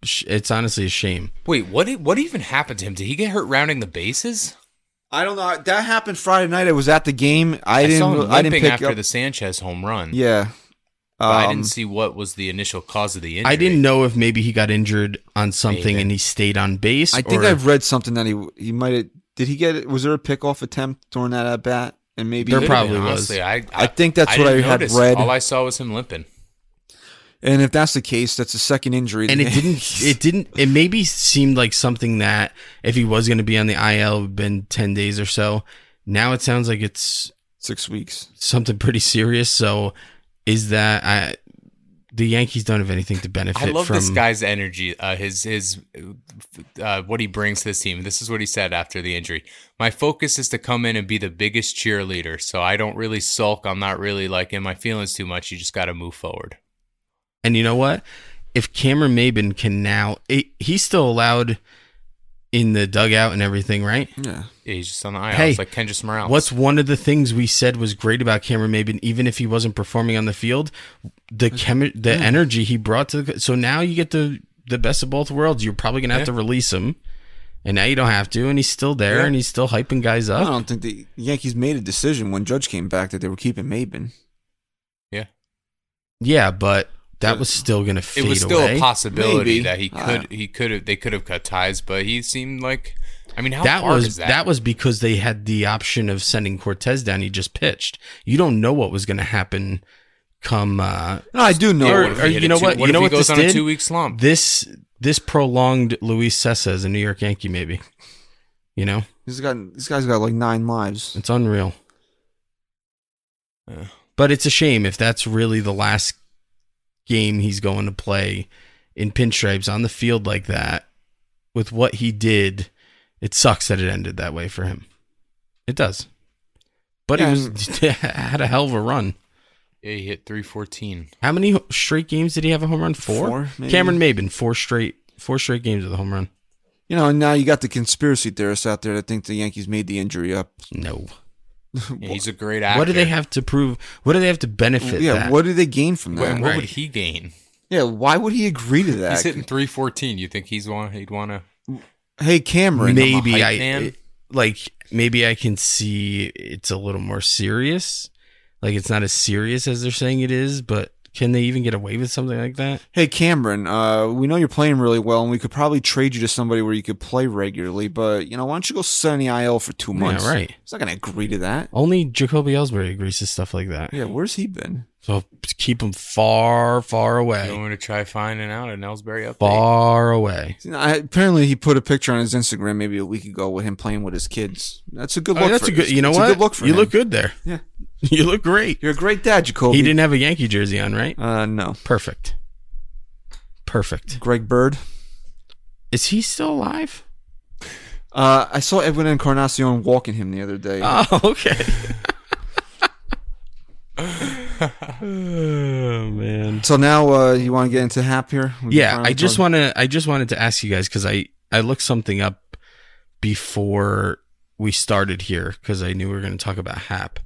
D: sh- it's honestly a shame.
E: Wait, what? e- What even happened to him? Did he get hurt rounding the bases?
C: I don't know. That happened Friday night. I was at the game. I,
E: saw
C: didn't.
E: him
C: I didn't
E: limping
C: pick
E: after
C: up.
E: the Sanchez home run.
C: yeah.
E: but I
C: Um,
E: didn't see what was the initial cause of the injury.
D: I didn't know if maybe he got injured on something
E: Maybe.
D: and he stayed on base.
C: I think
D: or-
C: I've read something that he he might have. Did he get? Was there a pickoff attempt during that at bat? And maybe
D: There
E: Could've
D: probably was.
E: honestly, I, I,
C: I think that's what I
E: didn't
C: had
E: notice.
C: read.
E: All I saw was him limping.
C: And if that's the case, that's the second injury.
D: and it
C: that-
D: didn't it didn't it maybe seemed like something that if he was going to be on the IL it would've been 10 days or so now it sounds like it's
C: six weeks.
D: something pretty serious so is that I the Yankees don't have anything to benefit
E: I love
D: from
E: this guy's energy. Uh, his his uh, what he brings to this team. This is what he said after the injury. My focus is to come in and be the biggest cheerleader. So I don't really sulk. I'm not really like in my feelings too much. You just got to move forward.
D: And you know what? If Cameron Maben can now, it, he's still allowed in the dugout and everything, right?
C: Yeah.
E: Yeah, he's just on the aisle.
D: Hey,
E: it's like Kendrick Morales.
D: What's one of the things we said was great about Cameron Maben, even if he wasn't performing on the field, the
E: Mm.
D: chemi- the energy he brought to the. So now you get the the best of both worlds. You're probably gonna have
E: Yeah.
D: to release him, and now you don't have to, and he's still there,
E: Yeah.
D: and he's still hyping guys
C: I
D: up.
C: don't think the Yankees made a decision when Judge came back that they were keeping Maben.
E: yeah?
D: Yeah, but that
C: Uh,
D: was still gonna fade
E: It was still
D: away.
E: a possibility
C: Maybe.
E: that he
C: I
E: could he could have they could have cut ties, but he seemed like. I mean, how
D: that
E: hard
D: was
E: is
D: that?
E: that?
D: was because they had the option of sending Cortez down. He just pitched. You don't know what was going to happen. Come, uh,
C: No, I do know.
D: Or-
E: What if
D: or
E: he hit
D: you
E: a
D: know
E: two-
D: what? You
E: if
D: know
E: he
D: what
E: goes
D: this
E: on
D: did?
E: a two week slump.
D: this this prolonged Luis Sessa as a New York Yankee, maybe. You know,
C: he's got this guy's got like nine lives.
D: it's unreal.
E: Yeah.
D: But it's a shame if that's really the last game he's going to play in pinstripes on the field like that. With what he did, it sucks that it ended that way for him. It does. But
C: Yeah,
D: he was had a hell of a run.
E: Yeah, he hit three fourteen.
D: How many ho- straight games did he have a home run? Four.
C: Four, maybe.
D: Cameron Maben, four straight, four straight games with a home run.
C: You know, and now you got the conspiracy theorists out there that think the Yankees made the injury up.
D: No.
E: Yeah, he's a great actor.
D: What do they have to prove? What do they have to benefit?
C: yeah,
D: that?
C: what do they gain from that?
E: And what
D: Right.
E: would he gain?
C: Yeah, why would he agree to that?
E: He's hitting three fourteen. You think he's want he'd want to?
C: hey, Cameron.
D: maybe
E: hype
D: I
E: man.
D: like maybe I can see it's a little more serious. Like it's not as serious as they're saying it is, but can they even get away with something like that?
C: Hey, Cameron. Uh, we know you're playing really well, and we could probably trade you to somebody where you could play regularly. But you know, why don't you go sit on the IL for two months?
D: right.
C: He's not gonna agree to that.
D: Only Jacoby Ellsbury agrees to stuff like that.
C: Yeah, where's he been?
D: So keep him far, far
E: You
D: away,
E: want me to try finding out an Ellsbury update?
D: far away.
C: You know, I, apparently, he put a picture on his Instagram maybe a week ago with him playing with his kids. That's a good
D: Oh,
C: look.
D: that's
C: for-
D: a good. You know
C: it's
D: what?
C: A good look for
D: you
C: him.
D: look good there.
C: Yeah.
D: you look great.
C: You're a great dad, Jacoby.
D: He didn't have a Yankee jersey on, right?
C: Uh, no.
D: Perfect. Perfect.
C: Greg Bird.
D: Is he still alive?
C: Uh, I saw Edwin Encarnacion walking him the other day.
D: Oh, okay. oh man.
C: so now uh, you want to get into Hap here? We can
D: Yeah,
C: finally
D: I just
C: talk-
D: want to I just wanted to ask you guys cuz I I looked something up before we started here cuz I knew we were going to talk about Hap.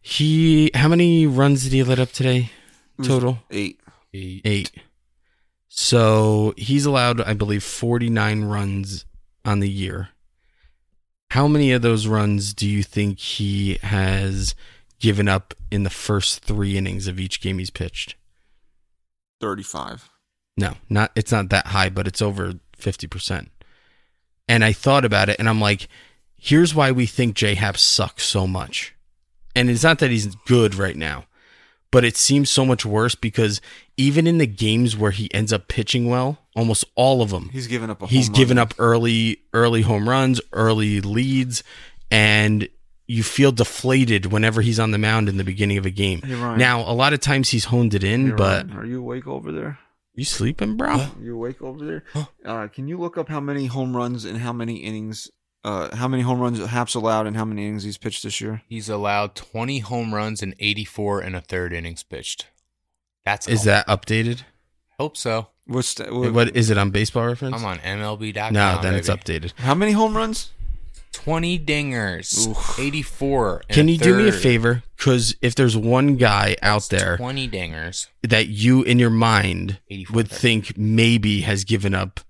D: He how many runs did he let up today? Total?
C: eight.
E: He-
D: 8. So, he's allowed I believe 49 runs on the year. How many of those runs do you think he has given up in the first 3 innings of each game he's pitched?
C: Thirty-five.
D: No, not it's not that high, but it's over 50%. And I thought about it and I'm like, here's why we think J Hap sucks so much. And it's not that he's good right now, but it seems so much worse because even in the games where he ends up pitching well, almost all of them,
C: He's given up a.
D: he's
C: home
D: given
C: run.
D: up early early home runs, early leads, and you feel deflated whenever he's on the mound in the beginning of a game.
C: Hey, Ryan.
D: Now, a lot of times he's honed it in,
C: Hey,
D: but
C: Ryan, are you awake over there?
D: you sleeping, bro?
C: Are you awake over there? Uh, can you look up how many home runs and how many innings? Uh, how many home runs Hap's allowed and how many innings he's pitched this year?
E: He's allowed 20 home runs and 84 and a third innings pitched. That's
D: Is
E: all.
D: that updated?
E: hope so?
C: What's the,
D: What is it on Baseball Reference?
E: I'm on MLB.com.
D: no, then it's
E: baby.
D: updated.
C: How many home runs?
E: 20 dingers, 84. and
D: Can you do me a
E: third.
D: favor? Because if there's one guy out there
E: 20 dingers.
D: that you in your mind
E: 84
D: would
E: third.
D: think maybe has given up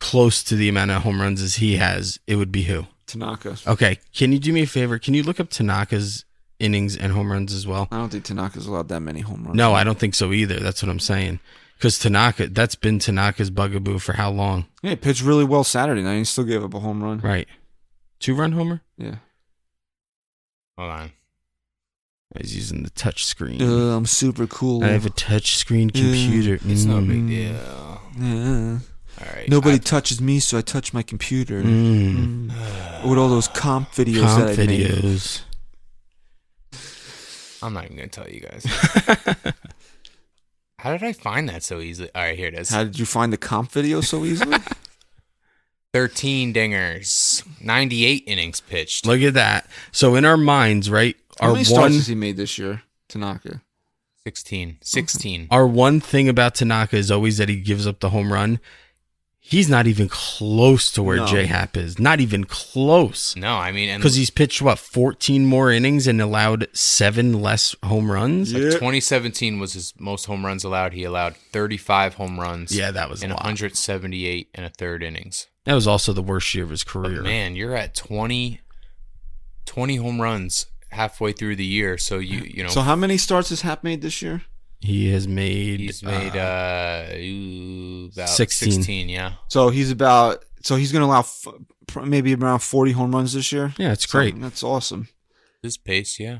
D: close to the amount of home runs as he has, it would be who?
C: Tanaka.
D: Okay. Can you do me a favor? Can you look up Tanaka's innings and home runs as
E: Uh,
D: well?
C: I don't think Tanaka's allowed that many home runs.
D: No, I don't think so either. That's what I'm saying. Because Tanaka, that's been Tanaka's bugaboo for how long?
C: Yeah, he pitched really well Saturday night. He still gave up a home run.
D: Right. Two run homer?
C: Yeah.
E: Hold on.
D: He's using the touch screen.
C: Uh, I'm super cool.
D: I have a touch screen computer.
E: It's no
D: Mm.
E: big deal. All
C: Yeah.
E: right.
C: Nobody
E: I-
C: touches me, so I touch my computer.
D: Mm.
C: Mm. With all those comp videos
D: Comp
C: that I made.
D: videos.
E: I'm not even going to tell you guys. How did I find that so easily? All right, here it is.
C: How did you find the comp video so easily?
E: 13 dingers, 98 innings pitched.
D: Look at that. So in our minds, right,
C: How
D: our
C: many starts
D: one
C: has he made this year, Tanaka?
E: 16. 16.
D: our one thing about Tanaka is always that he gives up the home run. He's not even close to where
C: No.
D: J Hap is. Not even close.
E: No, I mean, and
D: Because he's pitched what 14 more innings and allowed seven less home runs.
C: Yeah.
E: 2017 was his most home runs allowed. He allowed 35 home runs.
D: Yeah, that was a
E: in
D: lot.
E: 178 and a third innings.
D: That was also the worst year of his
E: But
D: career.
E: man, you're at 20, 20 home runs halfway through the year. So you you know
C: So how many starts has Hap made this year?
D: He has made,
E: he's made
D: uh,
E: uh, ooh, about
D: 16.
E: 16. Yeah,
C: So he's about. So he's going to allow f- pr- maybe around 40 home runs this year.
D: Yeah, it's great.
C: So that's awesome.
E: this pace. Yeah,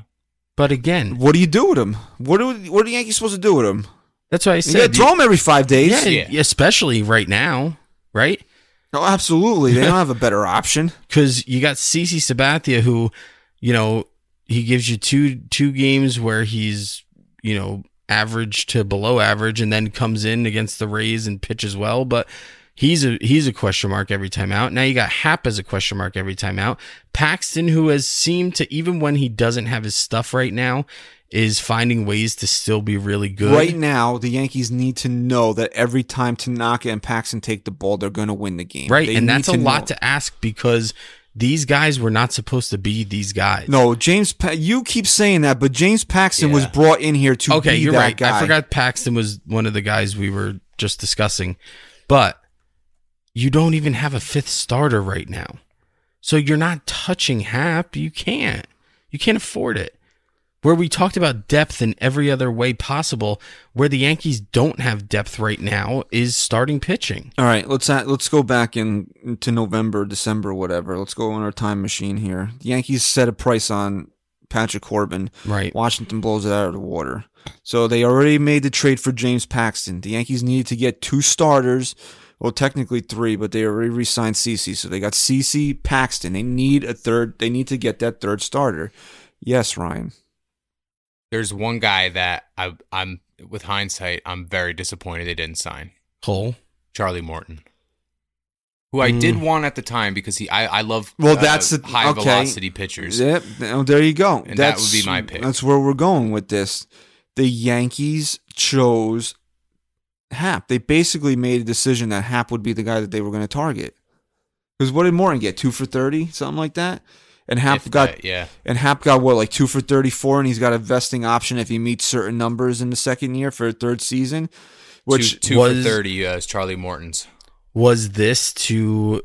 D: But again,
C: What do you do with him? What do what are the Yankees supposed to do with him?
D: that's why I
C: You got to
D: said
C: throw him every five days.
D: yeah,
E: Yeah.
D: especially right now, right?
C: Oh, absolutely. They don't have a better option.
D: because you got CC Sabathia, who, you know, he gives you two two games where he's you know average to below average, and then comes in against the Rays and pitches well, but. He's a he's a question mark every time out. Now you got Hap as a question mark every time out. Paxton, who has seemed to even when he doesn't have his stuff right now, is finding ways to still be really good.
C: Right now, the Yankees need to know that every time Tanaka and Paxton take the ball, they're going to win the game.
D: right,
C: They
D: and
C: need
D: that's a lot
C: know.
D: to ask because these guys were not supposed to be these guys.
C: No, James. Pa- you keep saying that, but James Paxton was
E: Yeah.
C: brought in here to
D: okay,
C: be
D: you're
C: that
D: right.
C: guy.
D: I forgot Paxton was one of the guys we were just discussing, but you don't even have a fifth starter right now, so you're not touching Hap. You can't. You can't afford it. Where we talked about depth in every other way possible, where the Yankees don't have depth right now is starting pitching.
C: All right, let's ha- let's go back in into November, December, whatever. Let's go on our time machine here. The Yankees set a price on Patrick Corbin.
D: Right.
C: Washington blows it out of the water. So they already made the trade for James Paxton. The Yankees needed to get two starters, well, technically three, but they already re-signed CC. So they got CC Paxton. They need a third. They need to get that third starter. Yes, Ryan.
E: there's one guy that I I'm with hindsight I'm very disappointed they didn't sign
D: Cole.
E: Charlie Morton. Who I did want at the time because he, I, I love
C: Mm. Well,
E: uh,
C: that's the-
E: high
C: okay.
E: velocity pitchers.
C: Yep. Now, there you go.
E: And that would be my pick.
C: That's where we're going with this. The Yankees chose Hap. They basically made a decision that Hap would be the guy that they were going to target. Because what did Morton get? Two for thirty, something like that. And Hap
E: If
C: got
E: that- yeah.
C: and Hap got what like two for thirty four, and he's got a vesting option if he meets certain numbers in the second year for a third season. Which
E: two, two
D: was-
E: for thirty uh, is Charlie Morton's.
D: Was this to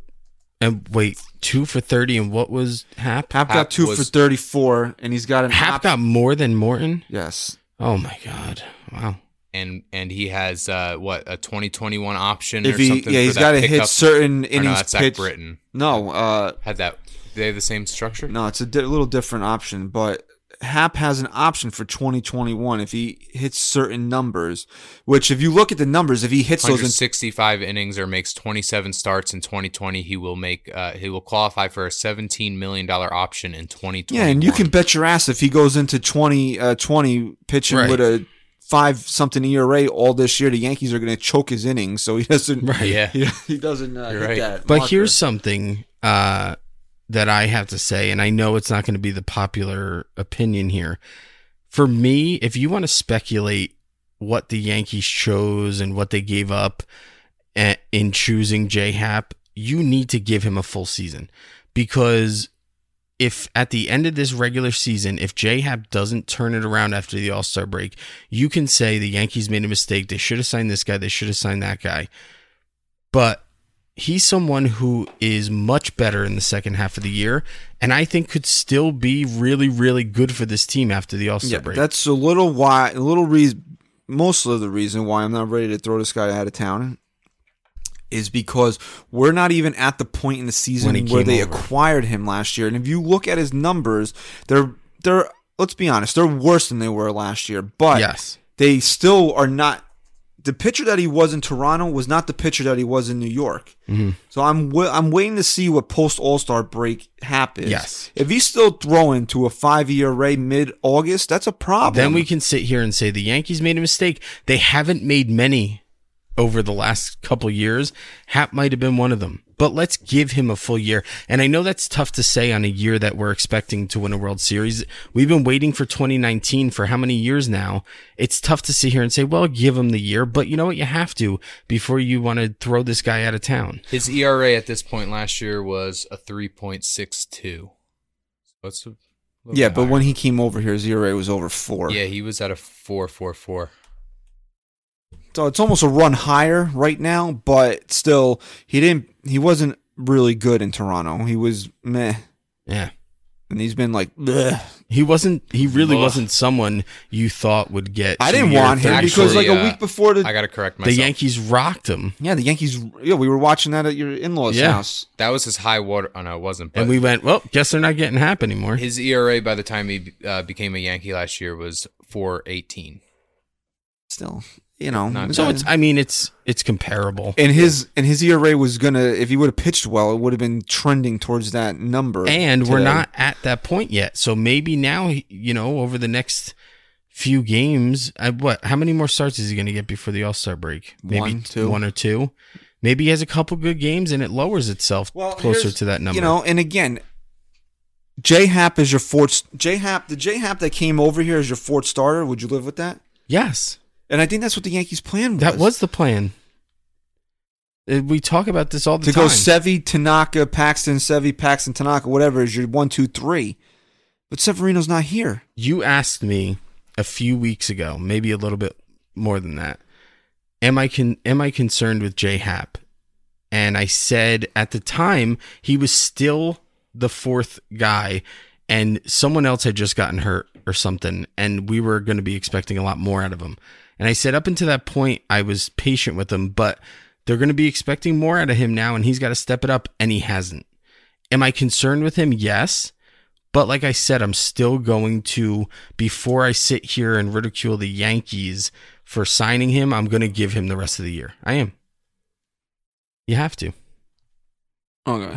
D: and wait two for thirty? And what was Hap?
C: Hap, got
E: Hap
C: two for
E: was-
C: thirty four, and he's got an
D: Hap
C: op-
D: got more than Morton.
C: yes.
D: Oh my god! Wow.
E: and and he has uh what a 2021 option
C: If
E: or
C: he
E: something
C: yeah,
E: for
C: he's
E: that
C: got to
E: pickup.
C: hit certain
E: Or no,
C: innings
E: that's Zach
C: pitched.
E: Britton
C: No, uh,
E: had that they have the same structure
C: no, it's a di- little different option, but Hap has an option for 2021 if he hits certain numbers. Which, if you look at the numbers, if he hits those, in,
E: 165 innings or makes 27 starts in 2020 he will make uh he will qualify for a 17 million dollar option in 2020
C: yeah, and you can bet your ass if he goes into 20, uh, 20 pitching
D: Right.
C: with a five something ERA all this year, the Yankees are going to choke his innings, so he doesn't.
E: yeah
C: He, he doesn't uh,
E: You're
C: hit
E: right.
C: that.
D: But
C: marker.
D: here's something uh, that I have to say, and I know it's not going to be the popular opinion here. For me, if you want to speculate what the Yankees chose and what they gave eh, up a- in choosing J Hap, you need to give him a full season because if at the end of this regular season, if J Hap doesn't turn it around after the All Star break, you can say the Yankees made a mistake. They should have signed this guy. They should have signed that guy. But he's someone who is much better in the second half of the year, and I think could still be really, really good for this team after the All Star break.
C: that's a little why, a little reason, most of the reason why I'm not ready to throw this guy out of town is because we're not even at the point in the season
D: When he
C: where
D: came
C: they
D: over.
C: acquired him last year. And if you look at his numbers, they're they're let's be honest, they're worse than they were last year. But
D: yes,
C: they still are not the pitcher that he was in Toronto was not the pitcher that he was in New York.
D: Mm-hmm.
C: So I'm w- I'm waiting to see what post All Star break happens.
D: Yes.
C: if he's still throwing to a five ERA mid August, that's a problem.
D: then we can sit here and say the Yankees made a mistake. They haven't made many over the last couple years. Hap might have been one of them. But let's give him a full year. And I know that's tough to say on a year that we're expecting to win a World Series. We've been waiting for 2019 for how many years now? It's tough to sit here and say, well, give him the year. But you know what? You have to before you want to throw this guy out of town.
E: His ERA at this point last year was a 3.62. That's a little
C: yeah, but
E: higher.
C: when he came over here, his ERA was over four.
E: yeah, he was at a 4.44.
C: so it's almost a run higher right now. But still, he didn't. He wasn't really good in Toronto. He was meh,
D: Yeah.
C: and he's been like. bleh.
D: He wasn't, he really
E: Ugh.
D: wasn't someone you thought would get.
C: I
D: to
C: didn't
D: year
C: want him
D: three.
C: because like
E: Actually,
C: a
E: uh,
C: week before the
E: I got to correct
D: the
E: myself.
D: Yankees rocked him.
C: yeah the Yankees yeah we were watching that at your in laws
D: Yeah.
C: house.
E: that was his high water. Oh, no, it wasn't. But
D: and we went, well, guess they're not getting Hap anymore.
E: his ERA by the time he uh, became a Yankee last year was 4.18.
C: still, you know.
E: Not
D: so it's, I mean, it's it's comparable.
C: and his and his ERA was gonna if he would have pitched well, it would have been trending towards that number.
D: And we're
C: today.
D: not at that point yet. So maybe now, you know, over the next few games, I, what? How many more starts is he going to get before the All Star break? Maybe
C: One, two.
D: one or two. Maybe he has a couple good games and it lowers itself closer
C: here's-
D: to that number.
C: You know, and again, J Hap is your fourth. J Hap, the J Hap that came over here is your fourth starter. Would you live with that?
D: yes,
C: And I think that's what the Yankees' plan was.
D: that was the plan. Uh, We talk about this all the
C: to
D: time.
C: go Sevi, Tanaka, Paxton, Sevi, Paxton, Tanaka, whatever is your one, two, three. But Severino's not here.
D: you asked me a few weeks ago, maybe a little bit more than that. Am I con- am I concerned with J Hap? And I said at the time he was still the fourth guy, and someone else had just gotten hurt or something, and we were going to be expecting a lot more out of him. And I said up until that point I was patient with him, but they're going to be expecting more out of him now, and he's got to step it up, and he hasn't. Am I concerned with him? Yes. But like I said, I'm still going to, before I sit here and ridicule the Yankees for signing him, I'm going to give him the rest of the year. I am. You have to.
C: Okay.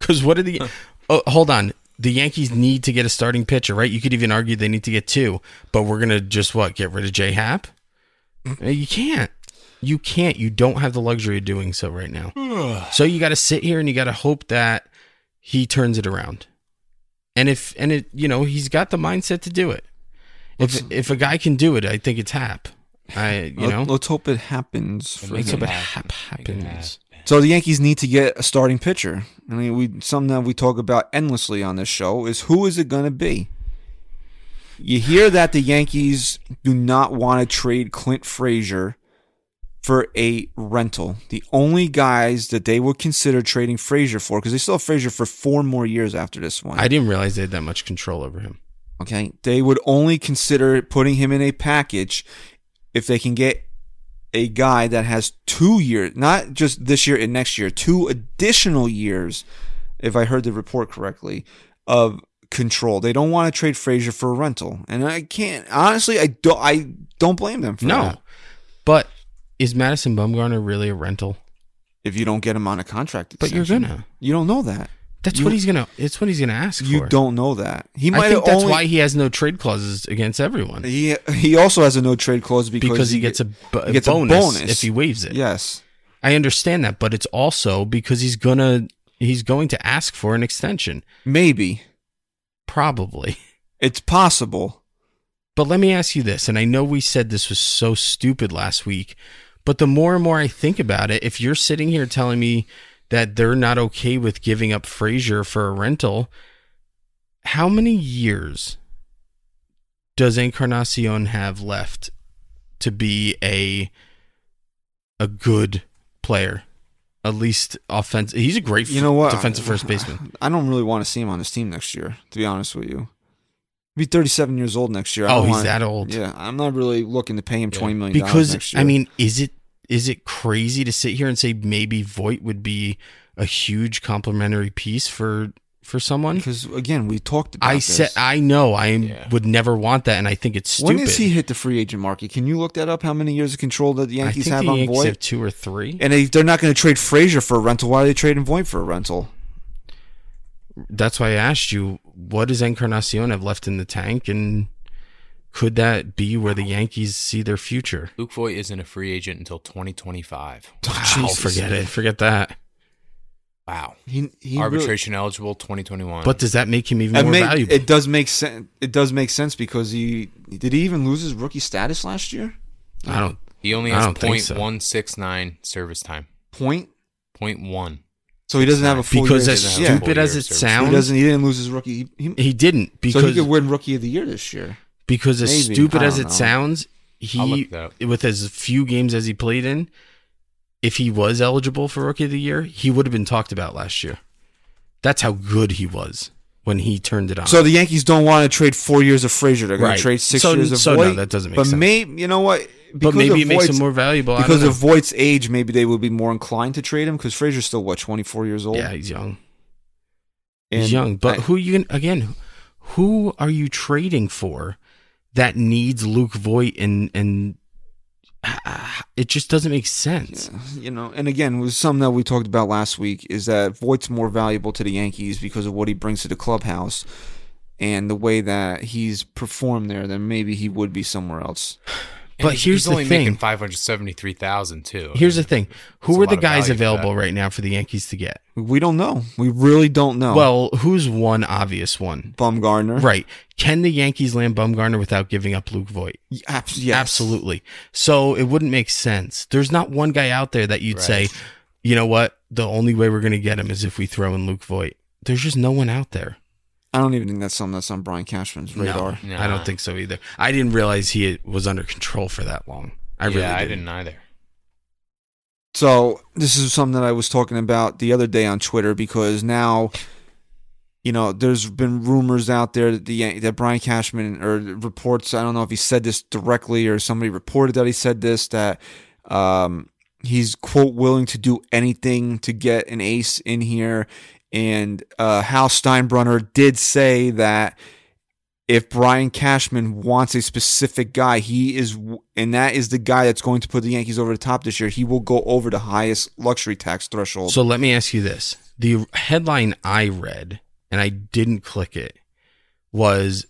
D: Because what are the. Oh, hold on. The Yankees need to get a starting pitcher, right? You could even argue they need to get two, but we're going to just what? Get rid of J Hap?
C: Hmm.
D: Uh, You can't. You can't. You don't have the luxury of doing so right now. so you got to sit here and you got to hope that he turns it around. And if and it, you know, he's got the mindset to do it. If if a guy can do it, I think it's Hap. I you
C: Let-
D: know,
C: let's hope it happens. For
D: let's
C: him.
D: hope it
E: happen.
D: Hap
E: Make it
D: happens.
C: So the Yankees need to get a starting pitcher. I mean, we something that we talk about endlessly on this show is who is it going to be? You hear that the Yankees do not want to trade Clint Frazier for a rental. The only guys that they would consider trading Frazier for because they still have Frazier for four more years after this one.
D: I didn't realize they had that much control over him.
C: Okay. They would only consider putting him in a package if they can get a guy that has two years, not just this year and next year, two additional years, if I heard the report correctly, of control. They don't want to trade Frazier for a rental. And I can't honestly I don't I don't blame them for
D: No.
C: that.
D: But is Madison Bumgarner really a rental?
C: If you don't get him on a contract.
D: But you're
C: extension.
D: gonna.
C: You don't know that.
D: That's
C: You-
D: what he's gonna it's what he's gonna ask
C: You
D: for.
C: don't know that. He might
D: I think
C: have
D: that's
C: only,
D: why he has no trade clauses against everyone.
C: he he also has a no trade clause because,
D: because, he gets a, b-
C: he gets a
D: bonus
C: bonus.
D: if he waives it.
C: Yes.
D: I understand that, but it's also because he's gonna he's going to ask for an extension,
C: Maybe.
D: probably.
C: It's possible.
D: But let me ask you this, and I know we said this was so stupid last week, but the more and more I think about it, if you're sitting here telling me that they're not okay with giving up Frazier for a rental. How many years does Encarnacion have left to be a a good player? At least offense. He's a great
C: You know what?
D: defensive first baseman.
C: I don't really want to see him on his team next year, to be honest with you. He'll be 37 years old next year. I
D: Oh,
C: don't
D: he's
C: want-
D: that old.
C: Yeah, I'm not really looking to pay him $20 million next
D: because
C: year.
D: I mean, is it is it crazy to sit here and say maybe Voight would be a huge complimentary piece for for someone?
C: because again, we talked about
D: I
C: this.
D: said I know I
E: Yeah.
D: would never want that, and I think it's stupid.
C: When does he hit the free agent market? Can you look that up? How many years of control that the
D: I
C: Yankees
D: think
C: have
D: the
C: on
D: Yankees
C: Voight?
D: have two or three.
C: and if they're not going to trade Frazier for a rental, why are they trading Voight for a rental?
D: That's why I asked you, what does Encarnacion have left in the tank, and could that be where the Yankees see their future?
E: Luke Voigt isn't a free agent until 2025.
C: Oh,
D: Wow, forget it, forget that.
E: Wow.
C: He, he really-
E: Arbitration eligible 2021.
D: But does that make him even
C: It,
D: more
C: make-
D: valuable?
C: it does make sense. It does make sense because he did he even lose his rookie status last year?
D: I don't.
E: he only
D: I
E: has
D: don't think so.
E: .169 service time.
C: Point.
E: Point 0.1.
C: So he doesn't have a full
D: Because
C: year.
D: as
E: doesn't have a full
D: stupid
E: year
D: as
E: of
D: it
E: service.
C: he
D: sounds,
C: doesn't. He didn't lose his rookie. He, he-
D: he didn't because
C: so he could win rookie of the year this year.
D: because as
C: Maybe.
D: stupid
C: I
D: as it
C: don't know.
D: sounds,
E: I'll
D: he
E: look that up.
D: with as few games as he played in, if he was eligible for rookie of the year, he would have been talked about last year. That's how good he was when he turned it on.
C: So the Yankees don't want to trade four years of Frazier. They're going
D: Uh-huh. Right.
C: to trade six
D: So-
C: years of
D: so no,
C: Voit.
D: that doesn't make
C: but
D: sense.
C: maybe you know what?
D: but
C: Because
D: maybe it
C: of
D: makes him
C: Voit's-
D: more valuable
C: because
D: I don't
C: of Voight's age. Maybe they would be more inclined to trade him because Frazier's still what twenty four years
D: know.
C: old.
D: yeah, he's young.
C: And
D: he's young, but
C: I-
D: who you gonna- again? Who are you trading for that needs Luke Voigt and and ah, it just doesn't make sense.
C: you know, and again, it was something that we talked about last week is that Voight's more valuable to the Yankees because of what he brings to the clubhouse and the way that he's performed there than maybe he would be somewhere else.
E: And
D: But
E: he's-
D: here's
E: he's
D: the
E: only
D: thing.
E: making 573,000 too.
D: Here's the thing:
E: There's
D: who
E: a
D: are the
E: lot of
D: guys
E: value for that.
D: available right now for the Yankees to get?
C: We don't know. We really don't
E: Oh.
C: know.
D: Well, who's one obvious one?
C: Bumgarner,
D: Right. Can the Yankees land Bumgarner without giving up Luke Voigt?
C: Ab- yes.
D: Absolutely. So it wouldn't make sense. There's not one guy out there that you'd say,
E: Right.
D: you know what? The only way we're going to get him is if we throw in Luke Voigt. There's just no one out there.
C: I don't even think that's something that's on Brian Cashman's radar.
D: No,
E: Nah.
D: I don't think so either. I didn't realize he was under control for that long. I
E: yeah,
D: really
E: I
D: didn't.
E: didn't either.
C: So this is something that I was talking about the other day on Twitter because now, you know, there's been rumors out there that the Yan- that Brian Cashman or reports. I don't know if he said this directly or somebody reported that he said this that um, he's quote willing to do anything to get an ace in here. And uh, Hal Steinbrenner did say that if Brian Cashman wants a specific guy, he is, and that is the guy that's going to put the Yankees over the top this year. He will go over the highest luxury tax threshold.
D: So let me ask you this. The headline I read, and I didn't click it, was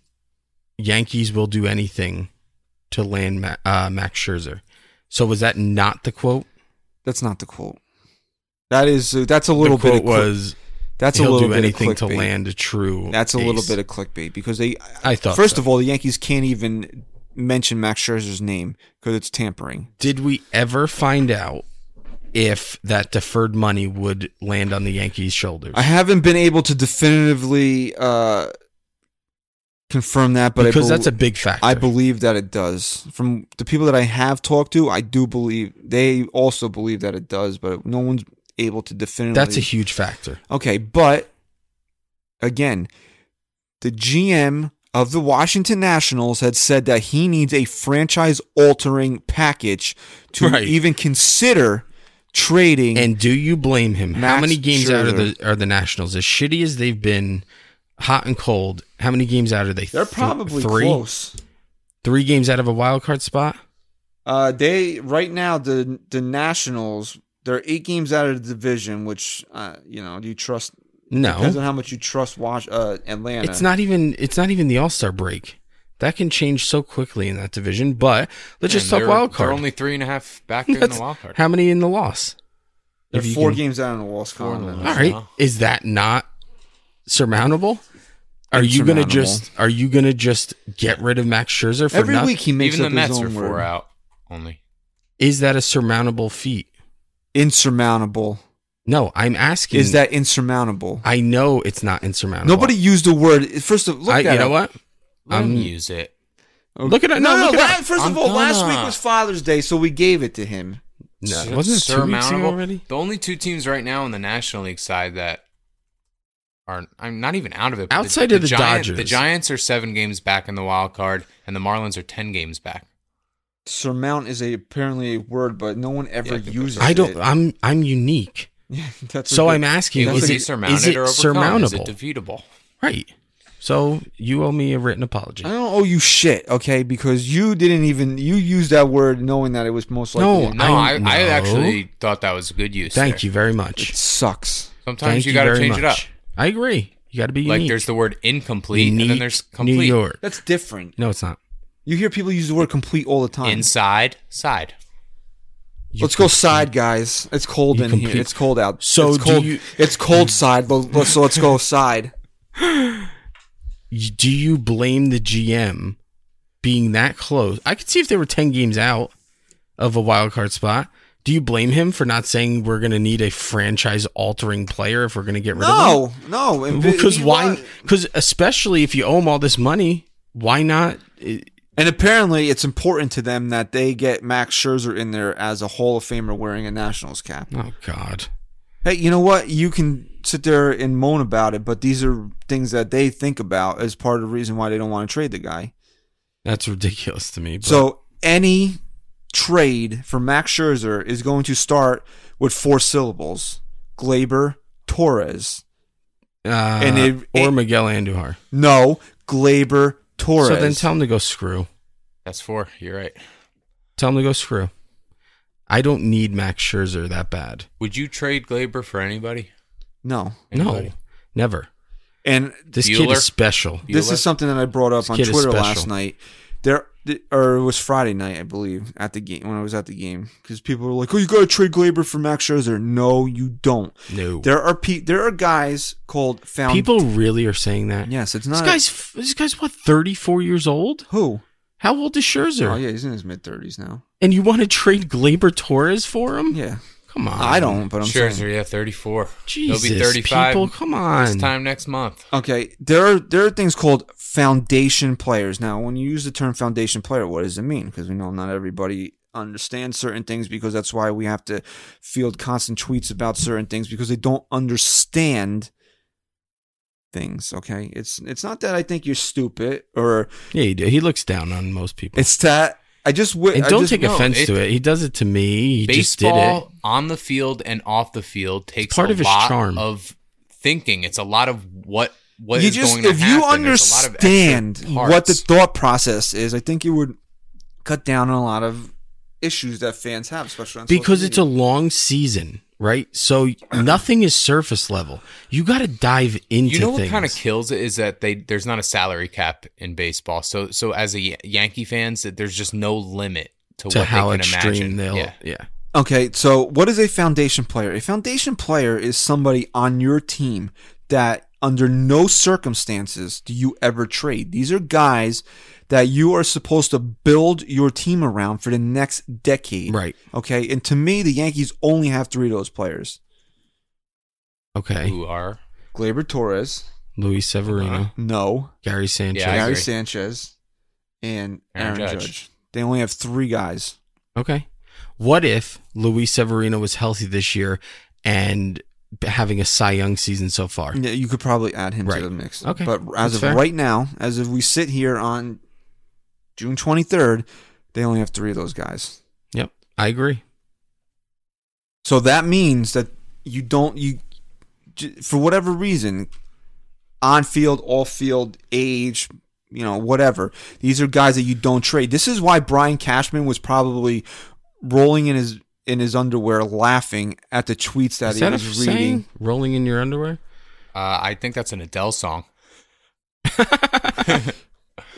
D: Yankees will do anything to land Ma- uh, Max Scherzer. So was that not the quote?
C: that's not the quote. That is uh, that's a
D: The
C: little
D: quote
C: bit. Of click-
D: was
C: that's a
D: he'll
C: little
D: do
C: bit
D: anything
C: of
D: to
C: clickbait.
D: land a true.
C: That's a little
D: ace.
C: bit of clickbait because they.
D: I thought
C: First
D: so.
C: of all, the Yankees can't even mention Max Scherzer's name because it's tampering.
D: Did we ever find out if that deferred money would land on the Yankees' shoulders?
C: I haven't been able to definitively uh, confirm that, but
D: because
C: I bel-
D: that's a big factor.
C: I believe that it does. From the people that I have talked to, I do believe they also believe that it does, but no one's able to definitively.
D: that's a huge factor.
C: okay, but again, the GM of the Washington Nationals had said that he needs a franchise-altering package to
D: Right.
C: even consider trading.
D: And do you blame him? how
C: Max
D: many games out are
C: Scherzer.
D: the are the Nationals? As shitty as they've been, hot and cold. How many games out are they?
C: they're
D: Th-
C: probably
D: three.
C: close.
D: Three games out of a wild card spot.
C: Uh, they right now the the Nationals they're eight games out of the division, which uh, you know do you trust depends
D: No,
C: on how much you trust Wash uh, Atlanta.
D: it's not even. It's not even the All Star break. That can change so quickly in that division. But let's just
E: And
D: talk
E: they're-
D: wild card.
E: They're only three and a half back in the
D: That's-
E: wild card.
D: How many in the loss?
C: They're
D: If you
C: four
D: can-
C: games out in the loss column.
D: All right. Is that not surmountable? Are you gonna
C: Insurmountable.
D: just Are you gonna just get rid of Max Scherzer for
C: Every
D: nothing?
C: week he makes
E: Even the
C: up
E: Mets
C: his
E: are
C: own
E: four
C: word.
E: out only.
D: Is that a surmountable feat?
C: Insurmountable.
D: No, I'm asking.
C: Is that insurmountable?
D: I know it's not insurmountable.
C: Nobody used the word. First of look
D: I,
C: that
D: you know
C: up.
D: what?
E: Let
D: Um,
E: him use it.
C: Okay.
D: Look at it. No,
C: no.
D: look it
C: la-
D: up.
C: first of
E: I'm
C: all, last
E: gonna-
C: week was Father's Day, so we gave it to him.
D: No,
E: Sur-
D: wasn't it two weeks ago
E: surmountable.
D: already?
E: The only two teams right now on the National League side that are I'm not even out of it. but
D: Outside of the Dodgers.
E: the Giants are seven games back in the wild card, and the Marlins are ten games back.
C: Surmount is a apparently a word, but no one ever
E: Yeah, but-
C: uses.
D: I don't.
C: It.
D: I'm I'm unique.
C: That's
D: so
C: what
D: I'm
C: they-
D: asking,
C: that's
D: is
E: Can
C: what
E: be
C: they-
D: it-
E: surmounted
D: is it
E: or overcome?
D: surmountable?
E: Is it defeatable?
D: Right. So you owe me a written apology.
C: I don't owe you shit, okay? Because you didn't even you used that word knowing that it was most likely.
D: No,
E: No, I, I,
D: know.
E: actually thought that was a good use.
D: Thank
E: there.
D: you very
C: It
D: much.
C: sucks.
E: Sometimes
D: Thank
E: you got to
D: very
E: change it up.
D: much. I agree. You got to be unique.
E: Like there's the word incomplete, and
D: Unique
E: then there's complete.
D: New York.
C: That's different.
D: No, it's not.
C: You hear people use the word complete all the time.
E: Inside, side.
D: You
C: Let's go
D: complete-
C: side, guys. It's cold
D: You
C: in
D: complete-
C: here. It's cold out.
D: So
C: it's
D: do
C: cold.
D: you-
C: It's cold side. but- but- So let's go side.
D: Y- Do you blame the GM being that close? I could see if they were ten games out of a wild card spot. Do you blame him for not saying we're going to need a franchise altering player if we're going to get rid of him?
C: No, no. and-
D: because
C: he-
D: why? Because especially if you owe him all this money, why not? It,
C: And apparently, it's important to them that they get Max Scherzer in there as a Hall of Famer wearing a Nationals cap.
D: oh God,
C: Hey, you know what? You can sit there and moan about it, but these are things that they think about as part of the reason why they don't want to trade the guy.
D: that's ridiculous to me. But
C: So any trade for Max Scherzer is going to start with four syllables: Glaber Torres.
D: uh,
C: and it-
D: or
C: it-
D: Miguel Andujar.
C: No, Glaber Torres.
D: So then tell him to go screw.
E: That's four. You're right.
D: Tell him to go screw. I don't need Max Scherzer that bad.
E: Would you trade Glaber for anybody?
C: no.
D: No,
E: Anybody?
D: never.
C: And
D: This kid
E: Bueller?
D: is special.
C: this
E: Bueller?
C: is something that I brought up
D: This
C: on
D: kid is
C: Twitter last
D: special.
C: night. There, th- or it was Friday night, I believe, at the game when I was at the game because people were like, "Oh, you got to trade Glaber for Max Scherzer." No, you don't.
D: No.
C: There are pe- there are guys called found
D: People really are saying that.
C: Yes, it's
D: This
C: not
D: guy's f- this guy's what 34 years old?
C: who.
D: How old is Scherzer?
C: Oh yeah, he's in his mid thirties now.
D: And you want to trade Glaber Torres for him?
C: Yeah,
D: Come on.
C: I don't, but I'm
E: Scherzer,
C: saying.
E: yeah, 34.
D: Jesus,
E: He'll be 35.
D: people, come on.
E: This time next month.
C: Okay, there are there are things called foundation players. Now, when you use the term foundation player, what does it mean? Because we know not everybody understands certain things. Because that's why we have to field constant tweets about certain things because they don't understand things. Okay, it's it's not that I think you're stupid or
D: Yeah, he, do. he looks down on most people.
C: it's that I just w-
D: and
C: I
D: don't
C: just-
D: take
E: no,
D: offense
E: it-
D: to it. He does it to me. He just did
E: baseball
D: it.
E: on the field and off the field takes
D: part
E: a
D: of his
E: lot
D: charm.
E: of thinking. It's a lot of what what is
C: you just
E: going to
C: if
E: happen.
C: you
E: There's a lot of extra
C: understand what the
E: parts.
C: thought process is, I think you would cut down on a lot of issues that fans have, especially on social
D: because it's a
C: media.
D: long season, right? So nothing is surface level. You got to dive into
E: you know what
D: things.
E: kind of kills it is that they there's not a salary cap in baseball. So so as a Yan- Yankee fans, that there's just no limit to,
D: to
E: what
D: how
E: they can
D: extreme
E: imagine.
D: they'll
E: yeah.
D: yeah.
C: Okay, so what is a foundation player? A foundation player is somebody on your team that under no circumstances do you ever trade. These are guys that you are supposed to build your team around for the next decade.
D: Right.
C: Okay. And to me, the Yankees only have three of those players
D: Okay.
E: Who are
C: Glaber Torres.
D: Luis Severino,
E: Uh-huh.
C: No.
D: Gary Sanchez.
E: Yeah, I
C: Gary
E: agree.
C: Sanchez. And Aaron,
E: Aaron
C: Judge.
E: Judge.
C: They only have three guys.
D: Okay. What if Luis Severino was healthy this year and b- having a Cy Young season so far?
C: Yeah, you could probably add him
D: Right.
C: to the mix.
D: Okay.
C: But as
D: That's
C: of
D: fair.
C: right now, as if we sit here on June 23rd, they only have three of those guys.
D: Yep. I agree.
C: So that means that you don't you j- for whatever reason on field, off field, age, you know, whatever. These are guys that you don't trade. This is why Brian Cashman was probably rolling in his in his underwear laughing at the tweets that
D: Is
C: he
D: that a
C: was
D: saying?
C: reading.
D: Rolling in your underwear?
E: uh, I think that's an Adele song.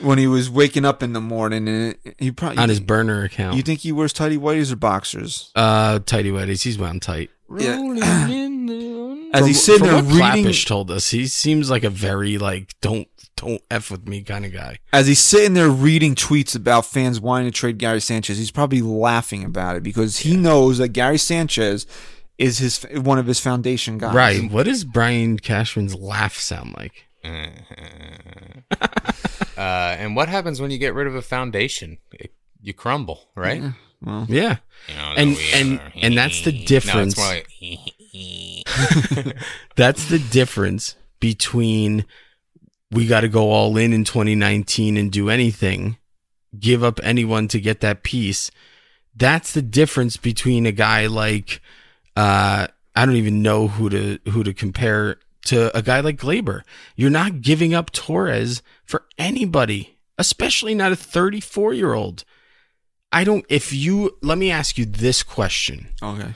C: when he was waking up in the morning and it- he probably
D: On his burner account.
C: You think he wears tidy whities or boxers?
D: uh, tighty whities. He's wound tight.
C: Yeah.
E: Rolling in the-
C: As he's sitting
D: from
C: there
D: what
C: reading,
D: Klappisch told us, he seems like a very like don't don't f with me kind of guy.
C: as he's sitting there reading tweets about fans wanting to trade Gary Sanchez, he's probably laughing about it because he knows that Gary Sanchez is his one of his foundation guys.
D: Right. What does Brian Cashman's laugh sound like?
E: uh, and what happens when you get rid of a foundation? It, you crumble, right?
C: Well,
D: Yeah.
E: You know,
D: And-
E: we
D: and-
E: are-
D: and that's the
E: No, it's
D: difference.
E: more like-
D: That's the difference between we got to go all in in 2019 and do anything, give up anyone to get that piece. That's the difference between a guy like uh, I don't even know who to who to compare to a guy like Glaber. You're not giving up Torres for anybody, especially not a 34 year old. I don't. If you let me ask you this question:
C: okay.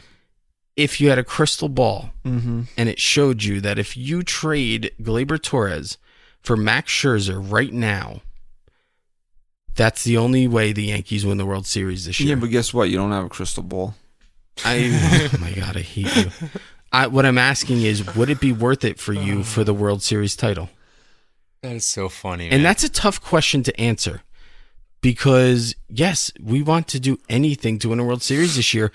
D: If you had a crystal ball
C: Mm-hmm.
D: and it showed you that if you trade Glaber Torres for Max Scherzer right now, that's the only way the Yankees win the World Series this year.
C: Yeah, but guess what? You don't have a crystal ball.
D: I, oh my God, I hate you. I, what I'm asking is, would it be worth it for you for the World Series title?
E: that is so funny, man.
D: And that's a tough question to answer because, yes, we want to do anything to win a World Series this year.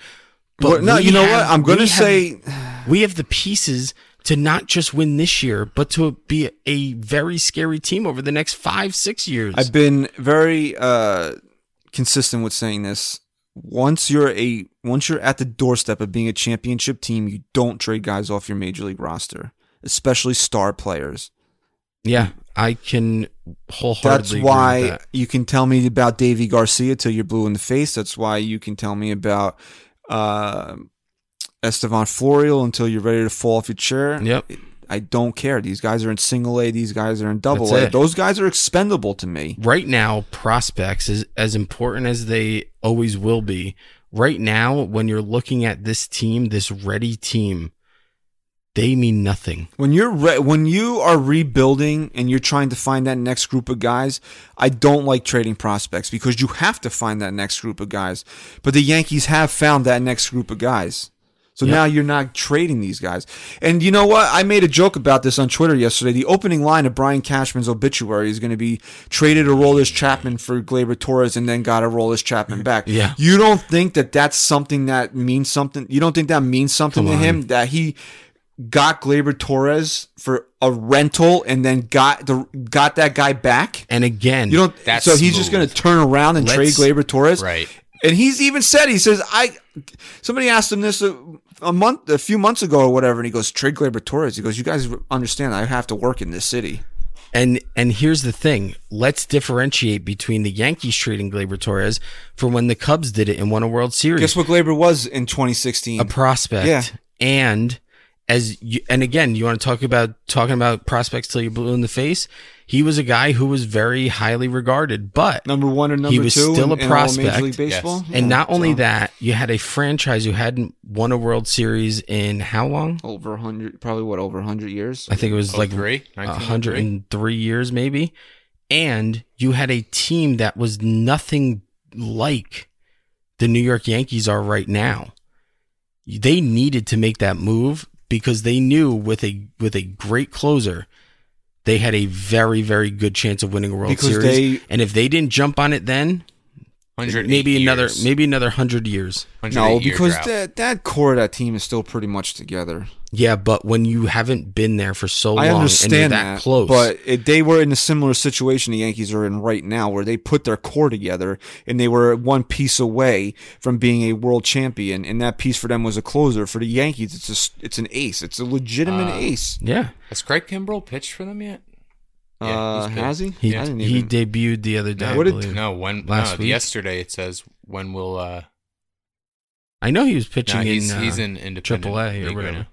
D: But
C: Well, no,
D: we
C: you know
D: have-
C: what? I'm going
D: we
C: to
D: have-
C: say
D: we have the pieces to not just win this year, but to be a very scary team over the next five, six years.
C: I've been very uh, consistent with saying this. Once you're a once you're at the doorstep of being a championship team, you don't trade guys off your major league roster, especially star players.
D: yeah, I can
C: That's
D: wholeheartedly.
C: why
D: agree with that.
C: you can tell me about Davy Garcia till you're blue in the face. That's why you can tell me about uh, Estevan Florial until you're ready to fall off your chair.
D: Yep.
C: I don't care. These guys are in single A. These guys are in double
D: That's
C: A.
D: it.
C: Those guys are expendable to me.
D: Right now, prospects is as important as they always will be. Right now, when you're looking at this team, this ready team, they mean nothing.
C: When you're re- when you are rebuilding and you're trying to find that next group of guys, I don't like trading prospects because you have to find that next group of guys. But the Yankees have found that next group of guys. So
D: Yep.
C: now you're not trading these guys. And you know what? I made a joke about this on Twitter yesterday. The opening line of Brian Cashman's obituary is going to be traded a Rollers Chapman for Glaber Torres and then got a Rollers Chapman back.
D: Yeah.
C: You don't think that that's something that means something? You don't think that means something
D: Come
C: to
D: on.
C: him that he got Glaber Torres for a rental and then got the got that guy back?
D: And again,
C: You don't.
E: That's
C: so he's just
E: smooth.
C: going to turn around and trade
D: Let's-
C: Glaber Torres,
E: Right.
C: And he's even said he says I. Somebody asked him this a, a month, a few months ago or whatever, and he goes trade Glaber Torres. He goes, you guys understand I have to work in this city.
D: And and here's the thing: let's differentiate between the Yankees trading Glaber Torres for when the Cubs did it and won a World Series.
C: Guess what Glaber was in 2016?
D: A prospect.
C: Yeah.
D: And as you, and again, you want to talk about talking about prospects till you're blue in the face. He was a guy who was very highly regarded, but
C: number one or number
D: was
C: two.
D: still
C: in, in
D: a
C: all Major
D: prospect.
C: League Baseball.
E: Yes.
C: Yeah,
D: and not only
C: so-
D: that, you had a franchise who hadn't won a World Series in how long?
C: over 100, probably what over 100 years.
D: I think it was like
E: three,
D: 103 years maybe and you had a team that was nothing like the New York Yankees are right now they needed to make that move because they knew with a with a great closer they had a very very good chance of winning a World
C: Because
D: Series
C: they-
D: and if they didn't jump on it then maybe another maybe another 100 years
C: No, because that that core of that team is still pretty much together.
D: yeah but when you haven't been there for so long
C: I
D: and you're
C: understand
D: that, close
C: but it, they were in a similar situation the Yankees are in right now, where they put their core together and they were one piece away from being a world champion, and that piece for them was a closer. For the Yankees, it's just it's an ace. It's a
D: Uh,
C: legitimate ace.
D: yeah
E: has Craig Kimbrell pitched for them yet? yeah, he's
C: uh,
E: good.
C: has he?
D: He,
C: I didn't
D: he
C: even.
D: debuted the other day.
C: What
D: I,
C: did-
D: believe.
E: No, when
D: Last
E: no,
D: week?
E: yesterday it says when will uh
D: I know he was pitching
E: no, he's,
D: in, uh,
E: he's in independent
D: AAA or
E: league
D: whatever.
E: Right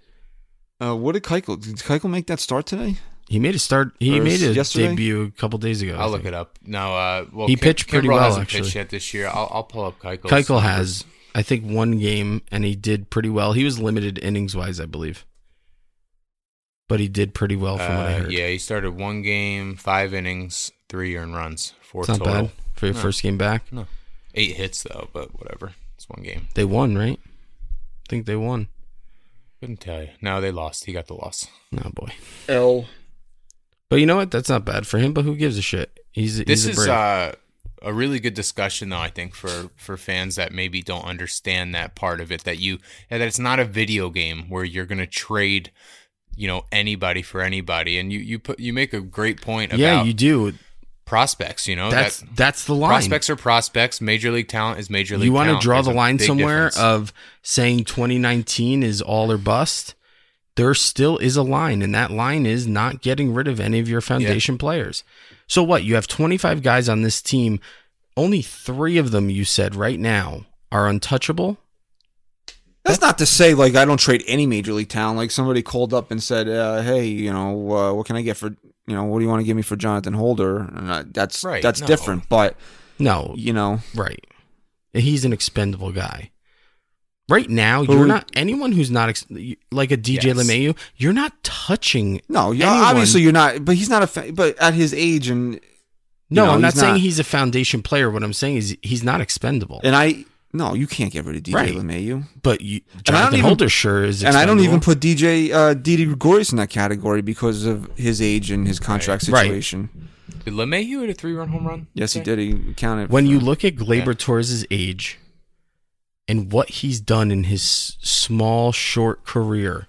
E: now.
C: Uh, what did Keuchel? Did Keuchel make that start today?
D: He made a start. He
C: Or
D: made a
C: yesterday?
D: debut a couple days ago.
E: I'll look it up. No, uh, well,
D: He pitched pretty
E: Kimbrel
D: well,
E: hasn't
D: actually.
E: pitched yet this year. I'll, I'll pull up Keuchel.
D: Keuchel has, I think, one game, and he did pretty well. He was limited innings wise, I believe, but he did pretty well from what I
E: Uh,
D: heard.
E: yeah, he started one game, five innings, three earned runs, four
D: it's not
E: total.
D: bad for your
E: No.
D: first game back.
E: No, eight hits though, but whatever. It's one game.
D: They won, right? I think they won.
E: Couldn't tell you. No, they lost. He got the loss.
D: Oh boy.
C: L.
D: But you know what? That's not bad for him. But who gives a shit? He's he's
E: This
D: a
E: is
D: brave.
E: uh, a really good discussion though i think for for fans that maybe don't understand that part of it that you that it's not a video game where you're going to trade you know anybody for anybody and you you put you make a great point about
D: yeah, you do.
E: prospects you know
D: That's
E: that
D: that's the line.
E: prospects are prospects major league talent is major league
D: you want to
E: talent.
D: draw
E: There's
D: the
E: a
D: line
E: big
D: somewhere
E: difference.
D: of saying 2019 is all or bust. There still is a line, and that line is not getting rid of any of your foundation players. So what? You have 25 guys on this team. Only three of them, you said right now, are untouchable.
C: That's not to say like I don't trade any major league talent. Like somebody called up and said, uh, "Hey, you know, uh, what can I get for you know what do you want to give me for Jonathan Holder?" And uh, that's
E: Right,
C: that's
E: no.
C: different. But
D: No,
C: you know,
D: right. He's an expendable guy. Right now,
C: Who-
D: you're not anyone who's not ex- like a DJ
E: Yes.
D: LeMayu. You're not touching
C: no, you
D: Anyone-
C: obviously you're not. But he's not a. Fa- but at his age and
D: No,
C: You know,
D: I'm not
C: he's
D: saying
C: not-
D: he's a foundation player. What I'm saying is he's not expendable.
C: and I no, you can't get rid of DJ
D: Right.
C: LeMayu.
D: but you,
C: And I don't
D: Jonathan
C: even-
D: Holder sure is.
C: And I don't even
D: expendable.
C: put DJ uh, Didi Gregorius in that category because of his age and his contract
D: Right.
C: situation.
E: did LeMahieu hit a three run home run
C: Yes, he
E: today?
C: did. He counted
D: when
C: for-
D: you look at Glaber Torres' age and what he's done in his s- small, short career,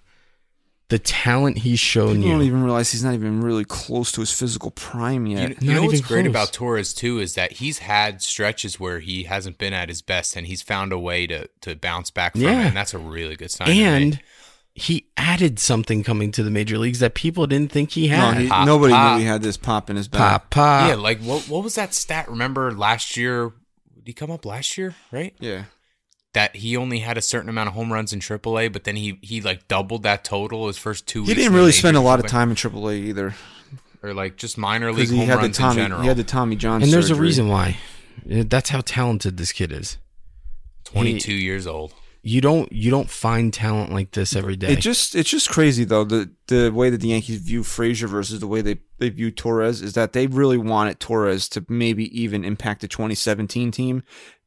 D: the talent he's shown
C: People
D: you.
C: don't even realize he's not even really close to his physical prime
E: You,
C: yet.
E: you know
D: Not
E: what's
D: even
E: great
D: close.
E: about Torres too is that he's had stretches where he hasn't been at his best, and he's found a way to to bounce back from
D: Yeah.
E: it. And that's a really good sign. to me.
D: and he added something coming to the major leagues that people didn't think he
C: No,
D: had.
C: he,
E: Pop,
C: nobody
E: pop.
C: knew he had this pop in his back.
D: pop, pop.
E: yeah, like what what was that stat? Remember last year? Did he come up last year? Right?
C: Yeah.
E: That he only had a certain amount of home runs in AAA, but then he he like doubled that total his first two.
C: He
E: weeks in
C: didn't
E: the
C: really
E: majors
C: spend a
E: or
C: lot of
E: something.
C: time in AAA either
E: or like just minor league
C: because he
E: home
C: had the
E: runs in
C: Tommy
E: general.
C: he had the Tommy John
D: and there's a
C: surgery.
D: reason why. That's how talented this kid is.
E: Twenty two years old.
D: You don't you don't find talent like this every day.
C: It just it's just crazy though the the way that the Yankees view Frazier versus the way they they view Torres is that they really wanted Torres to maybe even impact the 2017 team,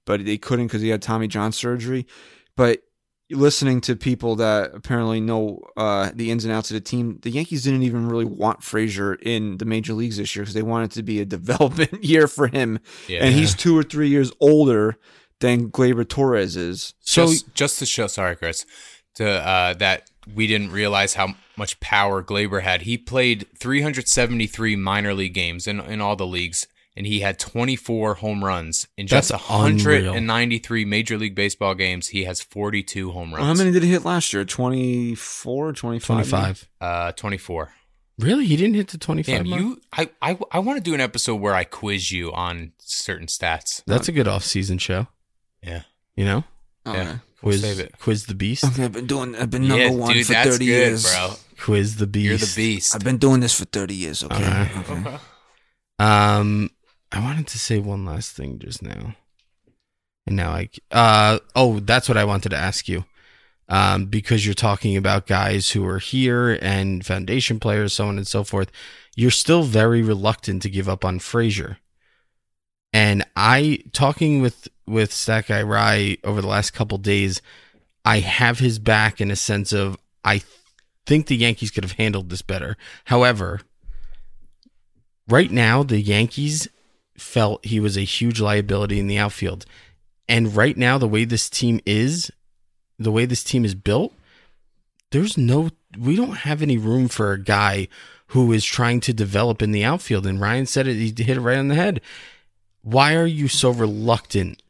C: but they couldn't because he had Tommy John surgery. But listening to people that apparently know uh, the ins and outs of the team, the Yankees didn't even really want Frazier in the major leagues this year because they wanted it to be a development year for him,
E: Yeah.
C: and he's two or three years older than Glaber Torres is.
D: so
E: just, just to show, sorry, Chris, to uh, that we didn't realize how much power Glaber had. He played 373 minor league games in, in all the leagues, and he had 24 home runs in just
D: That's
E: 193 major league baseball games. He has 42 home runs.
C: Well, how many did he hit last year? 24, 25?
D: 25.
E: Uh, 24.
D: Really? He didn't hit the 25
E: Damn
D: mark?
E: you! I I, I want to do an episode where I quiz you on certain stats.
D: That's a good off-season show,
E: Um, Yeah,
D: you know?
C: Oh,
E: yeah. We'll
D: Quiz
E: save it.
D: Quiz the Beast.
C: Okay, I've been doing. I've been number
E: yeah,
C: one
E: dude,
C: for
E: that's
C: thirty
E: good,
C: years,
E: bro.
D: Quiz the Beast.
E: You're the beast.
C: I've been doing this for thirty years. Okay.
D: Alright.
C: okay.
D: Um I wanted to say one last thing just now. And now I c- uh oh, that's what I wanted to ask you. Um because you're talking about guys who are here and foundation players so on and so forth. You're still very reluctant to give up on Frazier. And I talking with with Stack Guy Rye over the last couple days, I have his back in a sense of I think the Yankees could have handled this better. However, right now the Yankees felt he was a huge liability in the outfield. And right now the way this team is, the way this team is built, there's no we don't have any room for a guy who is trying to develop in the outfield and Ryan said it he hit it right on the head. Why are you so reluctant?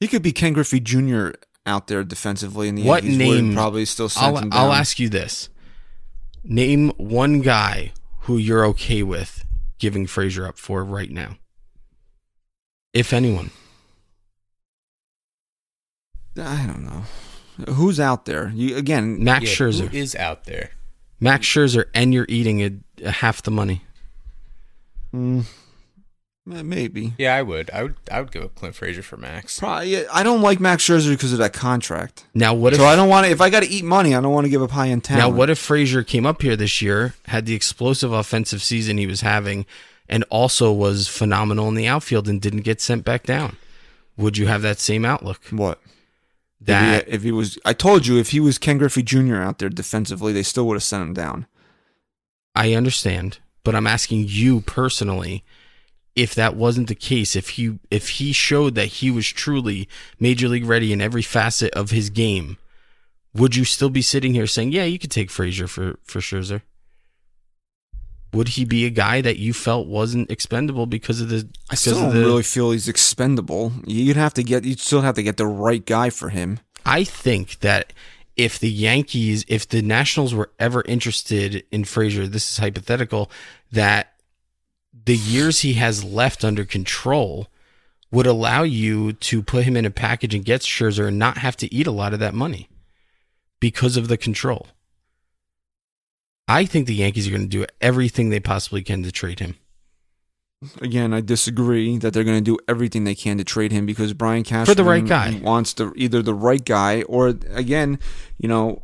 C: He could be Ken Griffey Jr. out there defensively, and the
D: What
C: Yankees would
D: name?
C: probably still sent
D: I'll
C: him down.
D: I'll ask you this. Name one guy who you're okay with giving Frazier up for right now. If anyone.
C: I don't know who's out there. You again?
D: Max
E: Yeah,
D: Scherzer.
E: who is out there?
D: Max Scherzer, and you're eating it uh, half the money.
C: Mm, eh, maybe.
E: Yeah, I would. I would. I would give up Clint Frazier for Max.
C: Probably. I don't like Max Scherzer because of that contract.
D: Now what if
C: so I don't want to. If I got to eat money, I don't want to give up high end
D: now
C: talent.
D: what if Frazier came up here this year, had the explosive offensive season he was having, and also was phenomenal in the outfield and didn't get sent back down? Would you have that same outlook?
C: What?
D: That
C: if he, if he was, I told you, if he was Ken Griffey Jr. out there defensively, they still would have sent him down.
D: I understand, but I'm asking you personally if that wasn't the case, if he if he showed that he was truly major league ready in every facet of his game, would you still be sitting here saying, "Yeah, you could take Frazier for for Scherzer"? Would he be a guy that you felt wasn't expendable because of the?
C: I still
D: because of
C: don't
D: the-
C: really feel he's expendable. You'd have to get, you'd still have to get the right guy for him.
D: I think that if the Yankees, if the Nationals were ever interested in Frazier, this is hypothetical, that the years he has left under control would allow you to put him in a package and get Scherzer and not have to eat a lot of that money because of the control. I think the Yankees are going to do everything they possibly can to trade him.
C: Again, I disagree that they're going to do everything they can to trade him because Brian Cashman
D: the right guy.
C: wants the either the right guy or again, you know,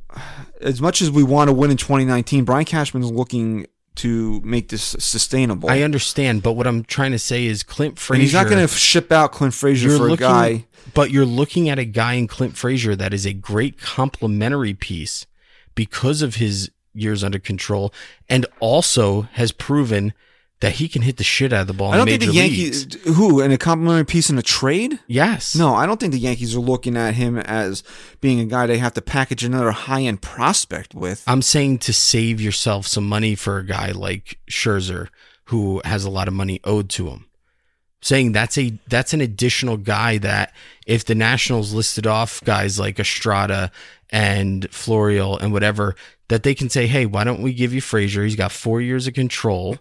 C: as much as we want to win in 2019, Brian Cashman's looking to make this sustainable.
D: I understand, but what I'm trying to say is Clint Frazier.
C: and he's not going to ship out Clint Frazier for a guy.
D: But you're looking at a guy in Clint Frazier that is a great complementary piece because of his years under control and also has proven that he can hit the shit out of the ball
C: I don't
D: in
C: think
D: major
C: the Yankees
D: leagues.
C: who and a complimentary piece in a trade.
D: Yes.
C: No, I don't think the Yankees are looking at him as being a guy they have to package another high end prospect with.
D: I'm saying to save yourself some money for a guy like Scherzer who has a lot of money owed to him. Saying that's a that's an additional guy that if the Nationals listed off guys like Estrada and Florial and whatever, that they can say, Hey, why don't we give you Frazier? He's got four years of control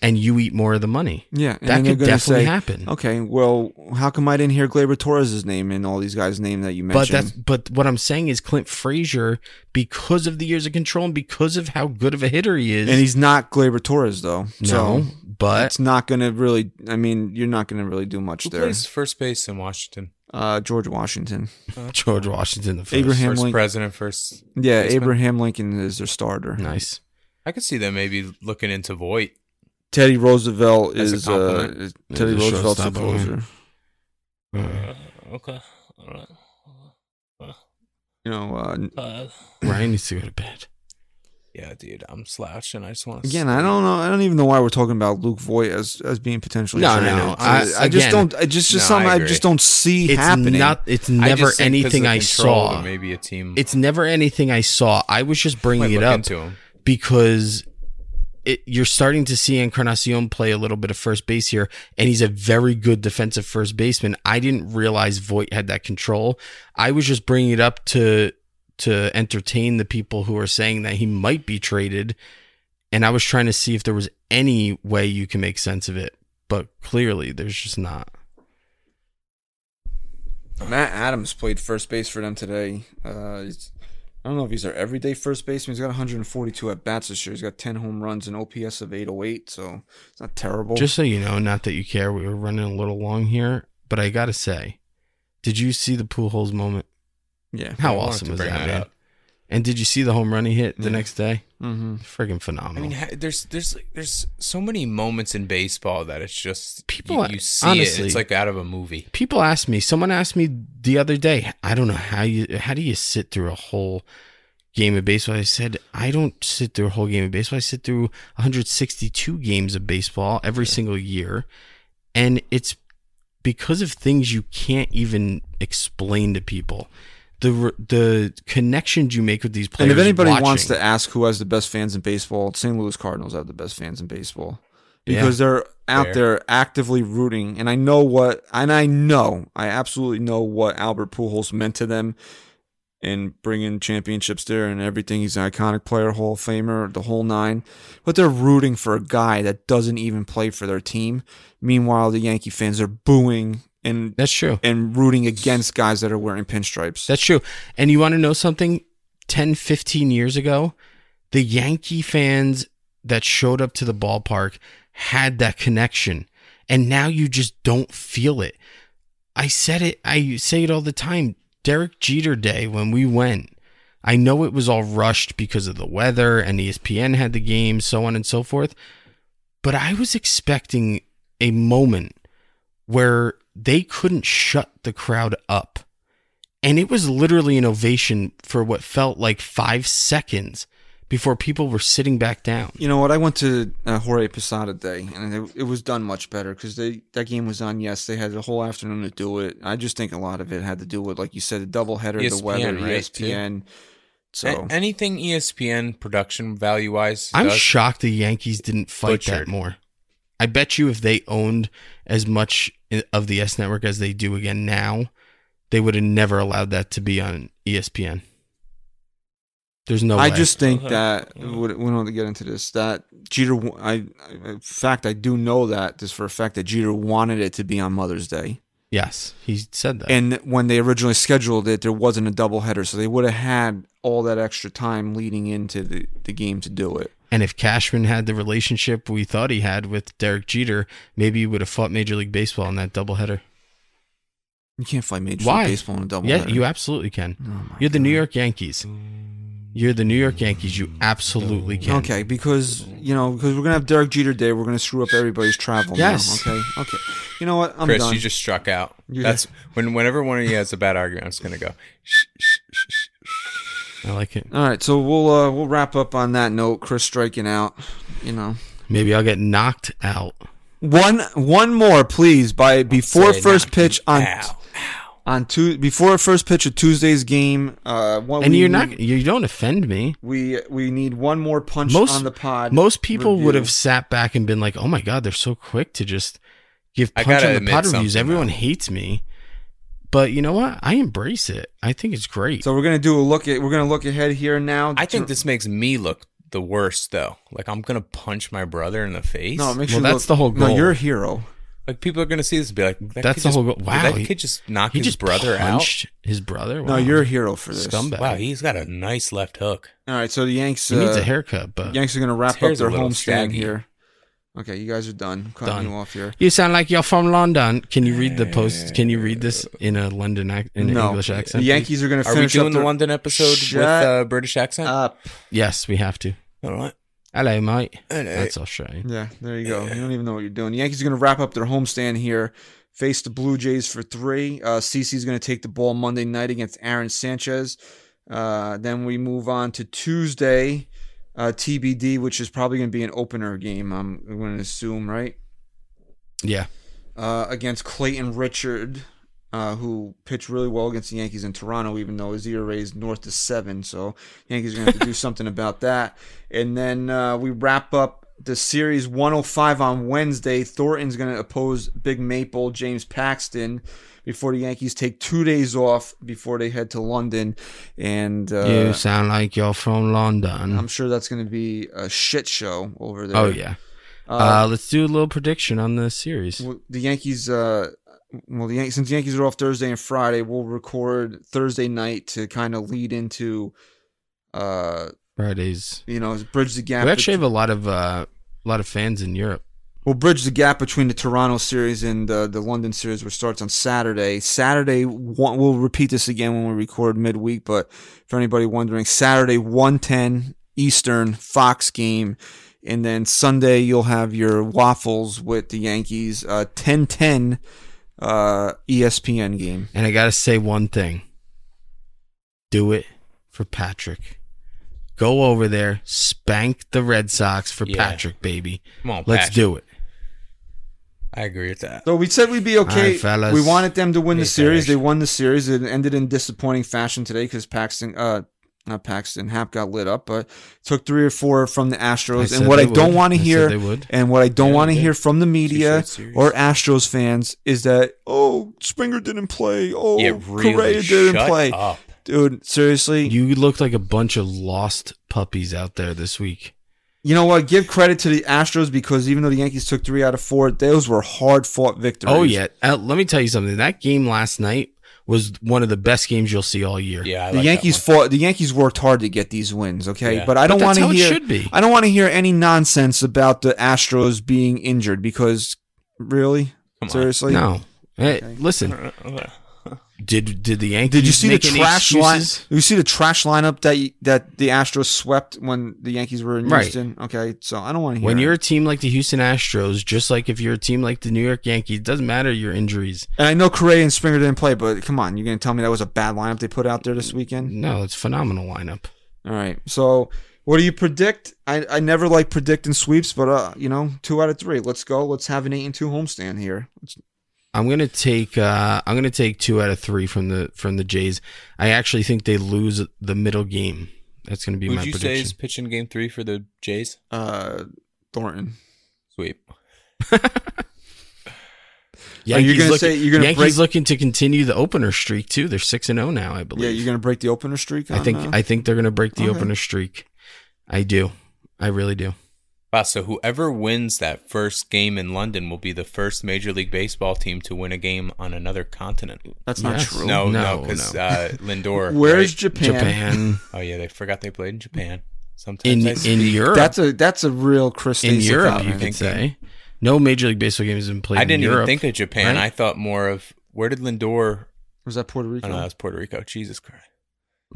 D: and you eat more of the money.
C: Yeah,
D: that
C: then they're
D: could
C: gonna
D: definitely happen.
C: Okay, well, how come I didn't hear Glaber Torres' name and all these guys' name that you mentioned?
D: But that's but what I'm saying is Clint Frazier, because of the years of control and because of how good of a hitter he is,
C: and he's not Glaber Torres though,
D: no,
C: so
D: but
C: it's not going to really. I mean, you're not going to really do much
E: Who
C: there.
E: plays first base in Washington?
C: Uh, George Washington,
D: George Washington the first.
C: Abraham
E: first
C: Lincoln.
E: president, first.
C: yeah,
E: baseman.
C: Abraham Lincoln is their starter.
D: Nice.
E: I could see them maybe looking into Voight.
C: Teddy Roosevelt
E: As a
C: is uh,
E: compliment.
C: is-
D: Yeah,
C: Teddy
D: the
C: Roosevelt's the
D: shortstop,
C: closer.
E: okay. All right.
C: You know, uh,
D: Ryan needs to go to bed.
E: yeah, dude, I'm slouching. I just want to
C: Again, I don't know. I don't even know why we're talking about Luke Voigt as as being potentially.
D: No, no,
C: traded.
D: no.
C: I,
D: I-
C: I, just
D: again-
C: don't. I just just
E: No, I
C: something I,
E: agree.
C: just don't see
D: It's
C: happening.
D: not. It's never anything I saw.
E: Maybe a team.
D: It's never anything I saw. I was just
E: might
D: bringing it
E: look
D: up
E: into him.
D: because it, you're starting to see Encarnacion play a little bit of first base here, and he's a very good defensive first baseman. I didn't realize Voigt had that control. I was just bringing it up to to entertain the people who are saying that he might be traded, and I was trying to see if there was any way you can make sense of it, but clearly there's just not.
C: Matt Adams played first base for them today. Uh, he's, I don't know if he's their everyday first baseman. He's got 142 at bats this year. He's got 10 home runs and OPS of 808. So it's not terrible.
D: Just so you know, not that you care, we were running a little long here, but I gotta say, did you see the pool holes moment?
C: yeah.
D: How
E: I wanted
D: awesome
E: to
D: was that,
E: bring that
D: man?
E: up.
D: And did you see the home run he hit the
C: Yeah.
D: next day?
C: Mm-hmm.
D: Friggin'
E: I
D: phenomenal.
E: mean, ha- there's there's like, there's so many moments in baseball that it's just
D: People
E: You,
D: are-
E: you see it.
D: honestly-
E: It's like out of a movie.
D: People ask me. Someone asked me the other day. I don't know how you. How do you sit through a whole game of baseball? I said I don't sit through a whole game of baseball. I sit through 162 games of baseball every single year, and it's because of things you can't even explain to people. The re- the connections you make with these
C: And
D: players.
C: if anybody wants
D: watching.
C: to ask who has the best fans in baseball, St. Louis Cardinals have the best fans in baseball
D: Yeah.
C: because they're out
E: Fair.
C: there actively rooting. And I know what, and I know, I absolutely know what Albert Pujols meant to them in bringing championships there and everything. He's an iconic player, Hall of Famer, the whole nine. But they're rooting for a guy that doesn't even play for their team. Meanwhile, the Yankee fans are booing and
D: that's true.
C: and rooting against guys that are wearing pinstripes.
D: That's true. And you want to know something? 10, 15 years ago, the Yankee fans that showed up to the ballpark had that connection. And now you just don't feel it. I said it, I say it all the time. Derek Jeter Day when we went, I know it was all rushed because of the weather and E ESPN had the game, so on and so forth. But I was expecting a moment where they couldn't shut the crowd up and it was literally an ovation for what felt like five seconds before people were sitting back down.
C: You know what? I went to uh, Jorge Posada Day, and it, it was done much better because they that game was on. Yes, they had the whole afternoon to do it. I just think a lot of it had to do with, like you said, the doubleheader, the
E: ESPN,
C: weather, E
E: right,
C: ESPN. So
E: A- anything E ESPN production value wise,
D: I'm shocked the Yankees didn't fight
E: Butchered.
D: that more. I bet you if they owned as much i- of the S network as they do again now, they would have never allowed that to be on E ESPN. There's no
C: I
D: way.
C: just think
E: Okay.
C: that
E: Yeah.
C: we we don't have to get into this. That Jeter, wa- I, I in fact, I do know that this for a fact that Jeter wanted it to be on Mother's Day,
D: yes, he said that.
C: and when they originally scheduled it, there wasn't a doubleheader, so they would have had all that extra time leading into the, the game to do it.
D: And if Cashman had the relationship we thought he had with Derek Jeter, maybe he would have fought Major League Baseball in that doubleheader.
C: You can't fight Major
D: Why?
C: League Baseball in a doubleheader. Oh
D: Yeah, you absolutely can.
C: my
D: You're the New York Yankees. You're the New York Yankees. You absolutely can.
C: Okay, because you know, because we're gonna have Derek Jeter Day, we're gonna screw up everybody's travel. now,
D: Yes.
C: okay. Okay. You know what? I'm
E: Chris,
C: done.
E: you just struck out.
C: You-
E: That's when whenever one of you has a bad argument, I'm just gonna go.
D: I like it.
C: all right, so we'll uh, we'll wrap up on that note. Chris striking out. You know.
D: Maybe I'll get knocked out.
C: One one more, please, by before
E: say
C: first
E: knock
C: pitch on
E: Ow.
C: on two before first pitch of Tuesday's game. Uh, one,
D: And
C: we
D: you're
C: need-
D: not. You don't offend me.
C: We we need one more punch
D: Most
C: on the pod.
D: Most people
C: review.
D: would have sat back and been like, "Oh my god, they're so quick to just give
E: I
D: punch
E: gotta
D: on the
E: admit
D: pod reviews."
E: something,
D: Everyone
E: though.
D: hates me, but you know what? I embrace it. I think it's great.
C: So we're gonna do a look at we're gonna look ahead here now.
E: I think this makes me look the worst though. Like I'm gonna punch my brother in the face.
C: no, it makes
D: Well,
C: you
D: that's
C: look,
D: the whole
C: No,
D: goal.
C: you're a hero.
E: like people are gonna see this and be like, that
D: That's
E: kid
D: the
E: just-
D: whole goal.
E: did
D: Wow,
E: That
D: he-
E: kid just knocked
D: he
E: his
D: just
E: brother out.
D: punched his brother.
C: No,
D: Wow.
C: you're a hero for this.
D: scumbag.
E: Wow, he's got a nice left hook.
C: All right, so the Yanks.
D: he needs
C: uh,
D: a haircut, but
C: Yanks are going to wrap up
E: Tears
C: their
E: a little
C: home stand
E: shaggy.
C: here. Okay, you guys are done. I'm cutting
D: Done.
C: you off here.
D: You sound like you're from London. Can you read the post? Can you read this in a London ac- in an
C: no,
D: English
C: the
D: accent? please?
C: Yankees are going to
E: Are we
C: finish
E: doing
C: up
E: the
C: their-
E: London episode
C: Shut
E: with uh, British accent?
C: up.
D: Yes, we have to.
E: All right.
D: Hello, mate.
C: Uh,
E: Hello.
D: That's Australian.
C: Yeah, there you go. You don't even know what you're doing. The Yankees are going to wrap up their home stand here. Face the Blue Jays for three. Uh, CeCe's going to take the ball Monday night against Aaron Sanchez. Uh, then we move on to Tuesday, uh, TBD, which is probably going to be an opener game. I'm going to assume, right?
D: Yeah.
C: uh, against Clayton Richard, uh, who pitched really well against the Yankees in Toronto, even though his ERA is north to seven. So Yankees are going to have to do something about that. And then uh, we wrap up the series 105 on Wednesday. Thornton's going to oppose Big Maple James Paxton before the Yankees take two days off before they head to London. And uh,
D: you sound like you're from London.
C: I'm sure that's going to be a shit show over there.
D: oh yeah. Uh, let's do a little prediction on the series.
C: Well, the Yankees. Uh, well, the Yankees, since the Yankees are off Thursday and Friday, we'll record Thursday night to kind of lead into, uh,
D: Fridays.
C: you know, bridge the gap.
D: We actually have
C: between-
D: a lot of uh, a lot of fans in Europe.
C: we'll bridge the gap between the Toronto series and uh, the London series, which starts on Saturday. Saturday, one, we'll repeat this again when we record midweek. But for anybody wondering, Saturday one ten Eastern Fox game. And then Sunday you'll have your waffles with the Yankees. Uh, 10-10 uh, ESPN game.
D: And I gotta say one thing. Do it for Patrick. Go over there, spank the Red Sox for
E: Yeah.
D: Patrick, baby.
E: Come on,
D: Let's
E: Patrick.
D: do it.
E: I agree with that.
C: So we said we'd be okay.
D: right, fellas.
C: we wanted them to win the
E: Hey,
C: series.
E: fellas.
C: They won the series. It ended in disappointing fashion today because Paxton, uh, not Paxton, Hap got lit up, but took three or four from the Astros.
D: I
C: and
D: said
C: what
D: they
C: I don't
D: would.
C: want
D: I
C: to
D: said
C: hear,
D: they would.
C: and what I don't
E: Yeah,
C: want to
E: they
C: hear from the media
E: Two-shot series.
C: or Astros fans is that oh Springer didn't play, oh
E: Yeah, really.
C: Correa didn't
E: shut
C: play,
E: up.
C: dude. Seriously,
D: You look like a bunch of lost puppies out there this week.
C: you know what? Give credit to the Astros because even though the Yankees took three out of four, those were hard fought victories.
D: Oh yeah, uh, let me tell you something. That game last night was one of the best games you'll see all year.
E: Yeah, I
C: the
E: like that
C: Yankees
E: one.
C: fought. The Yankees worked hard to get these wins, okay.
E: Yeah.
C: But I don't
D: that's
C: want to
D: how it
C: hear.
D: should be.
C: I don't want to hear any nonsense about the Astros being injured because really,
E: Come on.
C: seriously,
D: No, Hey, listen. Did did the Yankees?
C: Did you see the
D: make any
C: trash line?
D: excuses?
C: You see the trash lineup that y- that the Astros swept when the Yankees were in
D: Right.
C: Houston. Okay, so I don't want to hear
D: When
C: it.
D: you're a team like the Houston Astros, just like if you're a team like the New York Yankees, it doesn't matter your injuries.
C: And I know Correa and Springer didn't play, but come on, you're going to tell me that was a bad lineup they put out there this weekend?
D: No, it's phenomenal lineup.
C: All right. So What do you predict? I, I never like predicting sweeps, but uh, you know, two out of three. Let's go. Let's have an eight and two homestand here.
D: I'm gonna take uh, I'm gonna take two out of three from the from the Jays. I actually think they lose the middle game. That's gonna be
E: Would
D: my
E: you say is
D: prediction.
E: pitching game three for the Jays?
C: Uh, Thornton.
E: Sweep.
C: Are you gonna
D: look-
C: say- you're gonna break-
D: Yankees looking to continue the opener streak too. They're six and zero now, I believe.
C: Yeah, you're gonna break the opener streak.
D: I
C: on,
D: think
C: uh,
D: I think they're gonna break the
C: okay.
D: opener streak. I do. I really do.
E: Wow, so whoever wins that first game in London will be the first Major League Baseball team to win a game on another continent.
C: that's not
D: Yes.
C: true.
E: No, no,
D: No,
E: because
D: no.
E: uh, Lindor.
C: Where's
E: right?
C: Japan?
D: Japan
E: Oh yeah, they forgot they played in Japan. Sometimes
D: in
E: I
D: in
E: speak-
D: Europe.
C: That's a that's a real Chris
D: in
C: Stacey
D: Europe,
C: comment.
D: you could
E: think that-
D: say. No Major League Baseball game has been played.
E: I didn't
D: in Europe.
E: even think of Japan.
D: right?
E: I thought more of where did Lindor?
C: Was that Puerto
E: Oh
C: Rico?
E: no, that's Puerto Rico. Jesus Christ.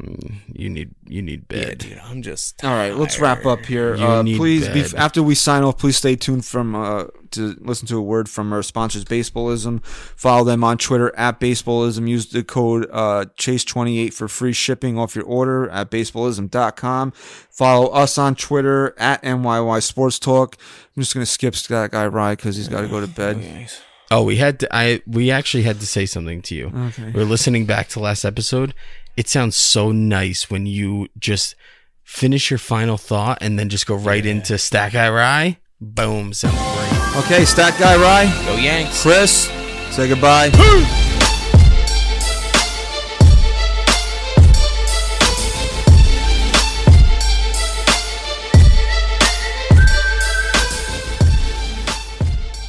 D: Mm, you need you need
E: Yeah,
D: bed.
E: dude, I'm just.
C: All right, let's wrap up here.
D: You
C: Uh,
D: need
C: please, be,
D: bed.
C: after we sign off, please stay tuned from uh, to listen to a word from our sponsors, Baseballism. Follow them on Twitter at Baseballism. Use the code uh, Chase28 for free shipping off your order at baseballism.com. Follow us on Twitter at NYY Sports Talk. I'm just gonna skip that guy Rye because he's got to go to bed.
D: Oh, we had to, I we actually had to say something to you.
C: Okay.
D: We're listening back to last episode. It sounds so nice when you just finish your final thought and then just go right into Stack Eye Rye. Boom, sounds great.
C: Okay, stat guy Rye,
E: Go Yanks.
C: Chris, say goodbye.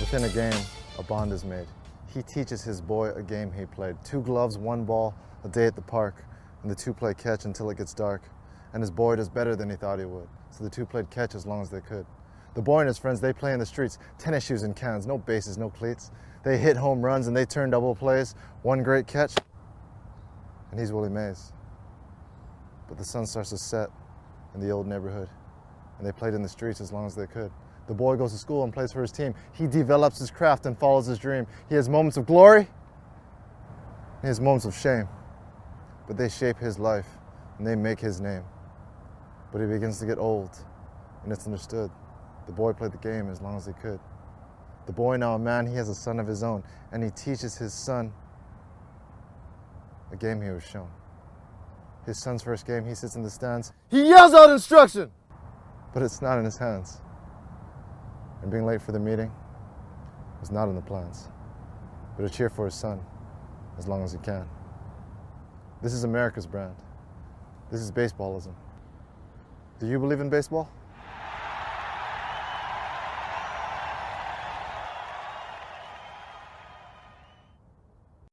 F: Within a game, a bond is made. He teaches his boy a game he played. Two gloves, one ball, a day at the park, and the two played catch until it gets dark. And his boy does better than he thought he would, so the two played catch as long as they could. The boy and his friends, they play in the streets, tennis shoes and cans, no bases, no cleats. They hit home runs and they turn double plays, one great catch, and he's Willie Mays. But the sun starts to set in the old neighborhood and they played in the streets as long as they could. The boy goes to school and plays for his team. He develops his craft and follows his dream. He has moments of glory, he has moments of shame, but they shape his life and they make his name. But he begins to get old, and it's understood. The boy played the game as long as he could. The boy, now a man, he has a son of his own, and he teaches his son a game he was shown. His son's first game, he sits in the stands. He yells out instruction but it's not in his hands. And being late for the meeting was not in the plans, but to cheer for his son as long as he can. This is America's brand. This is baseballism. Do you believe in baseball?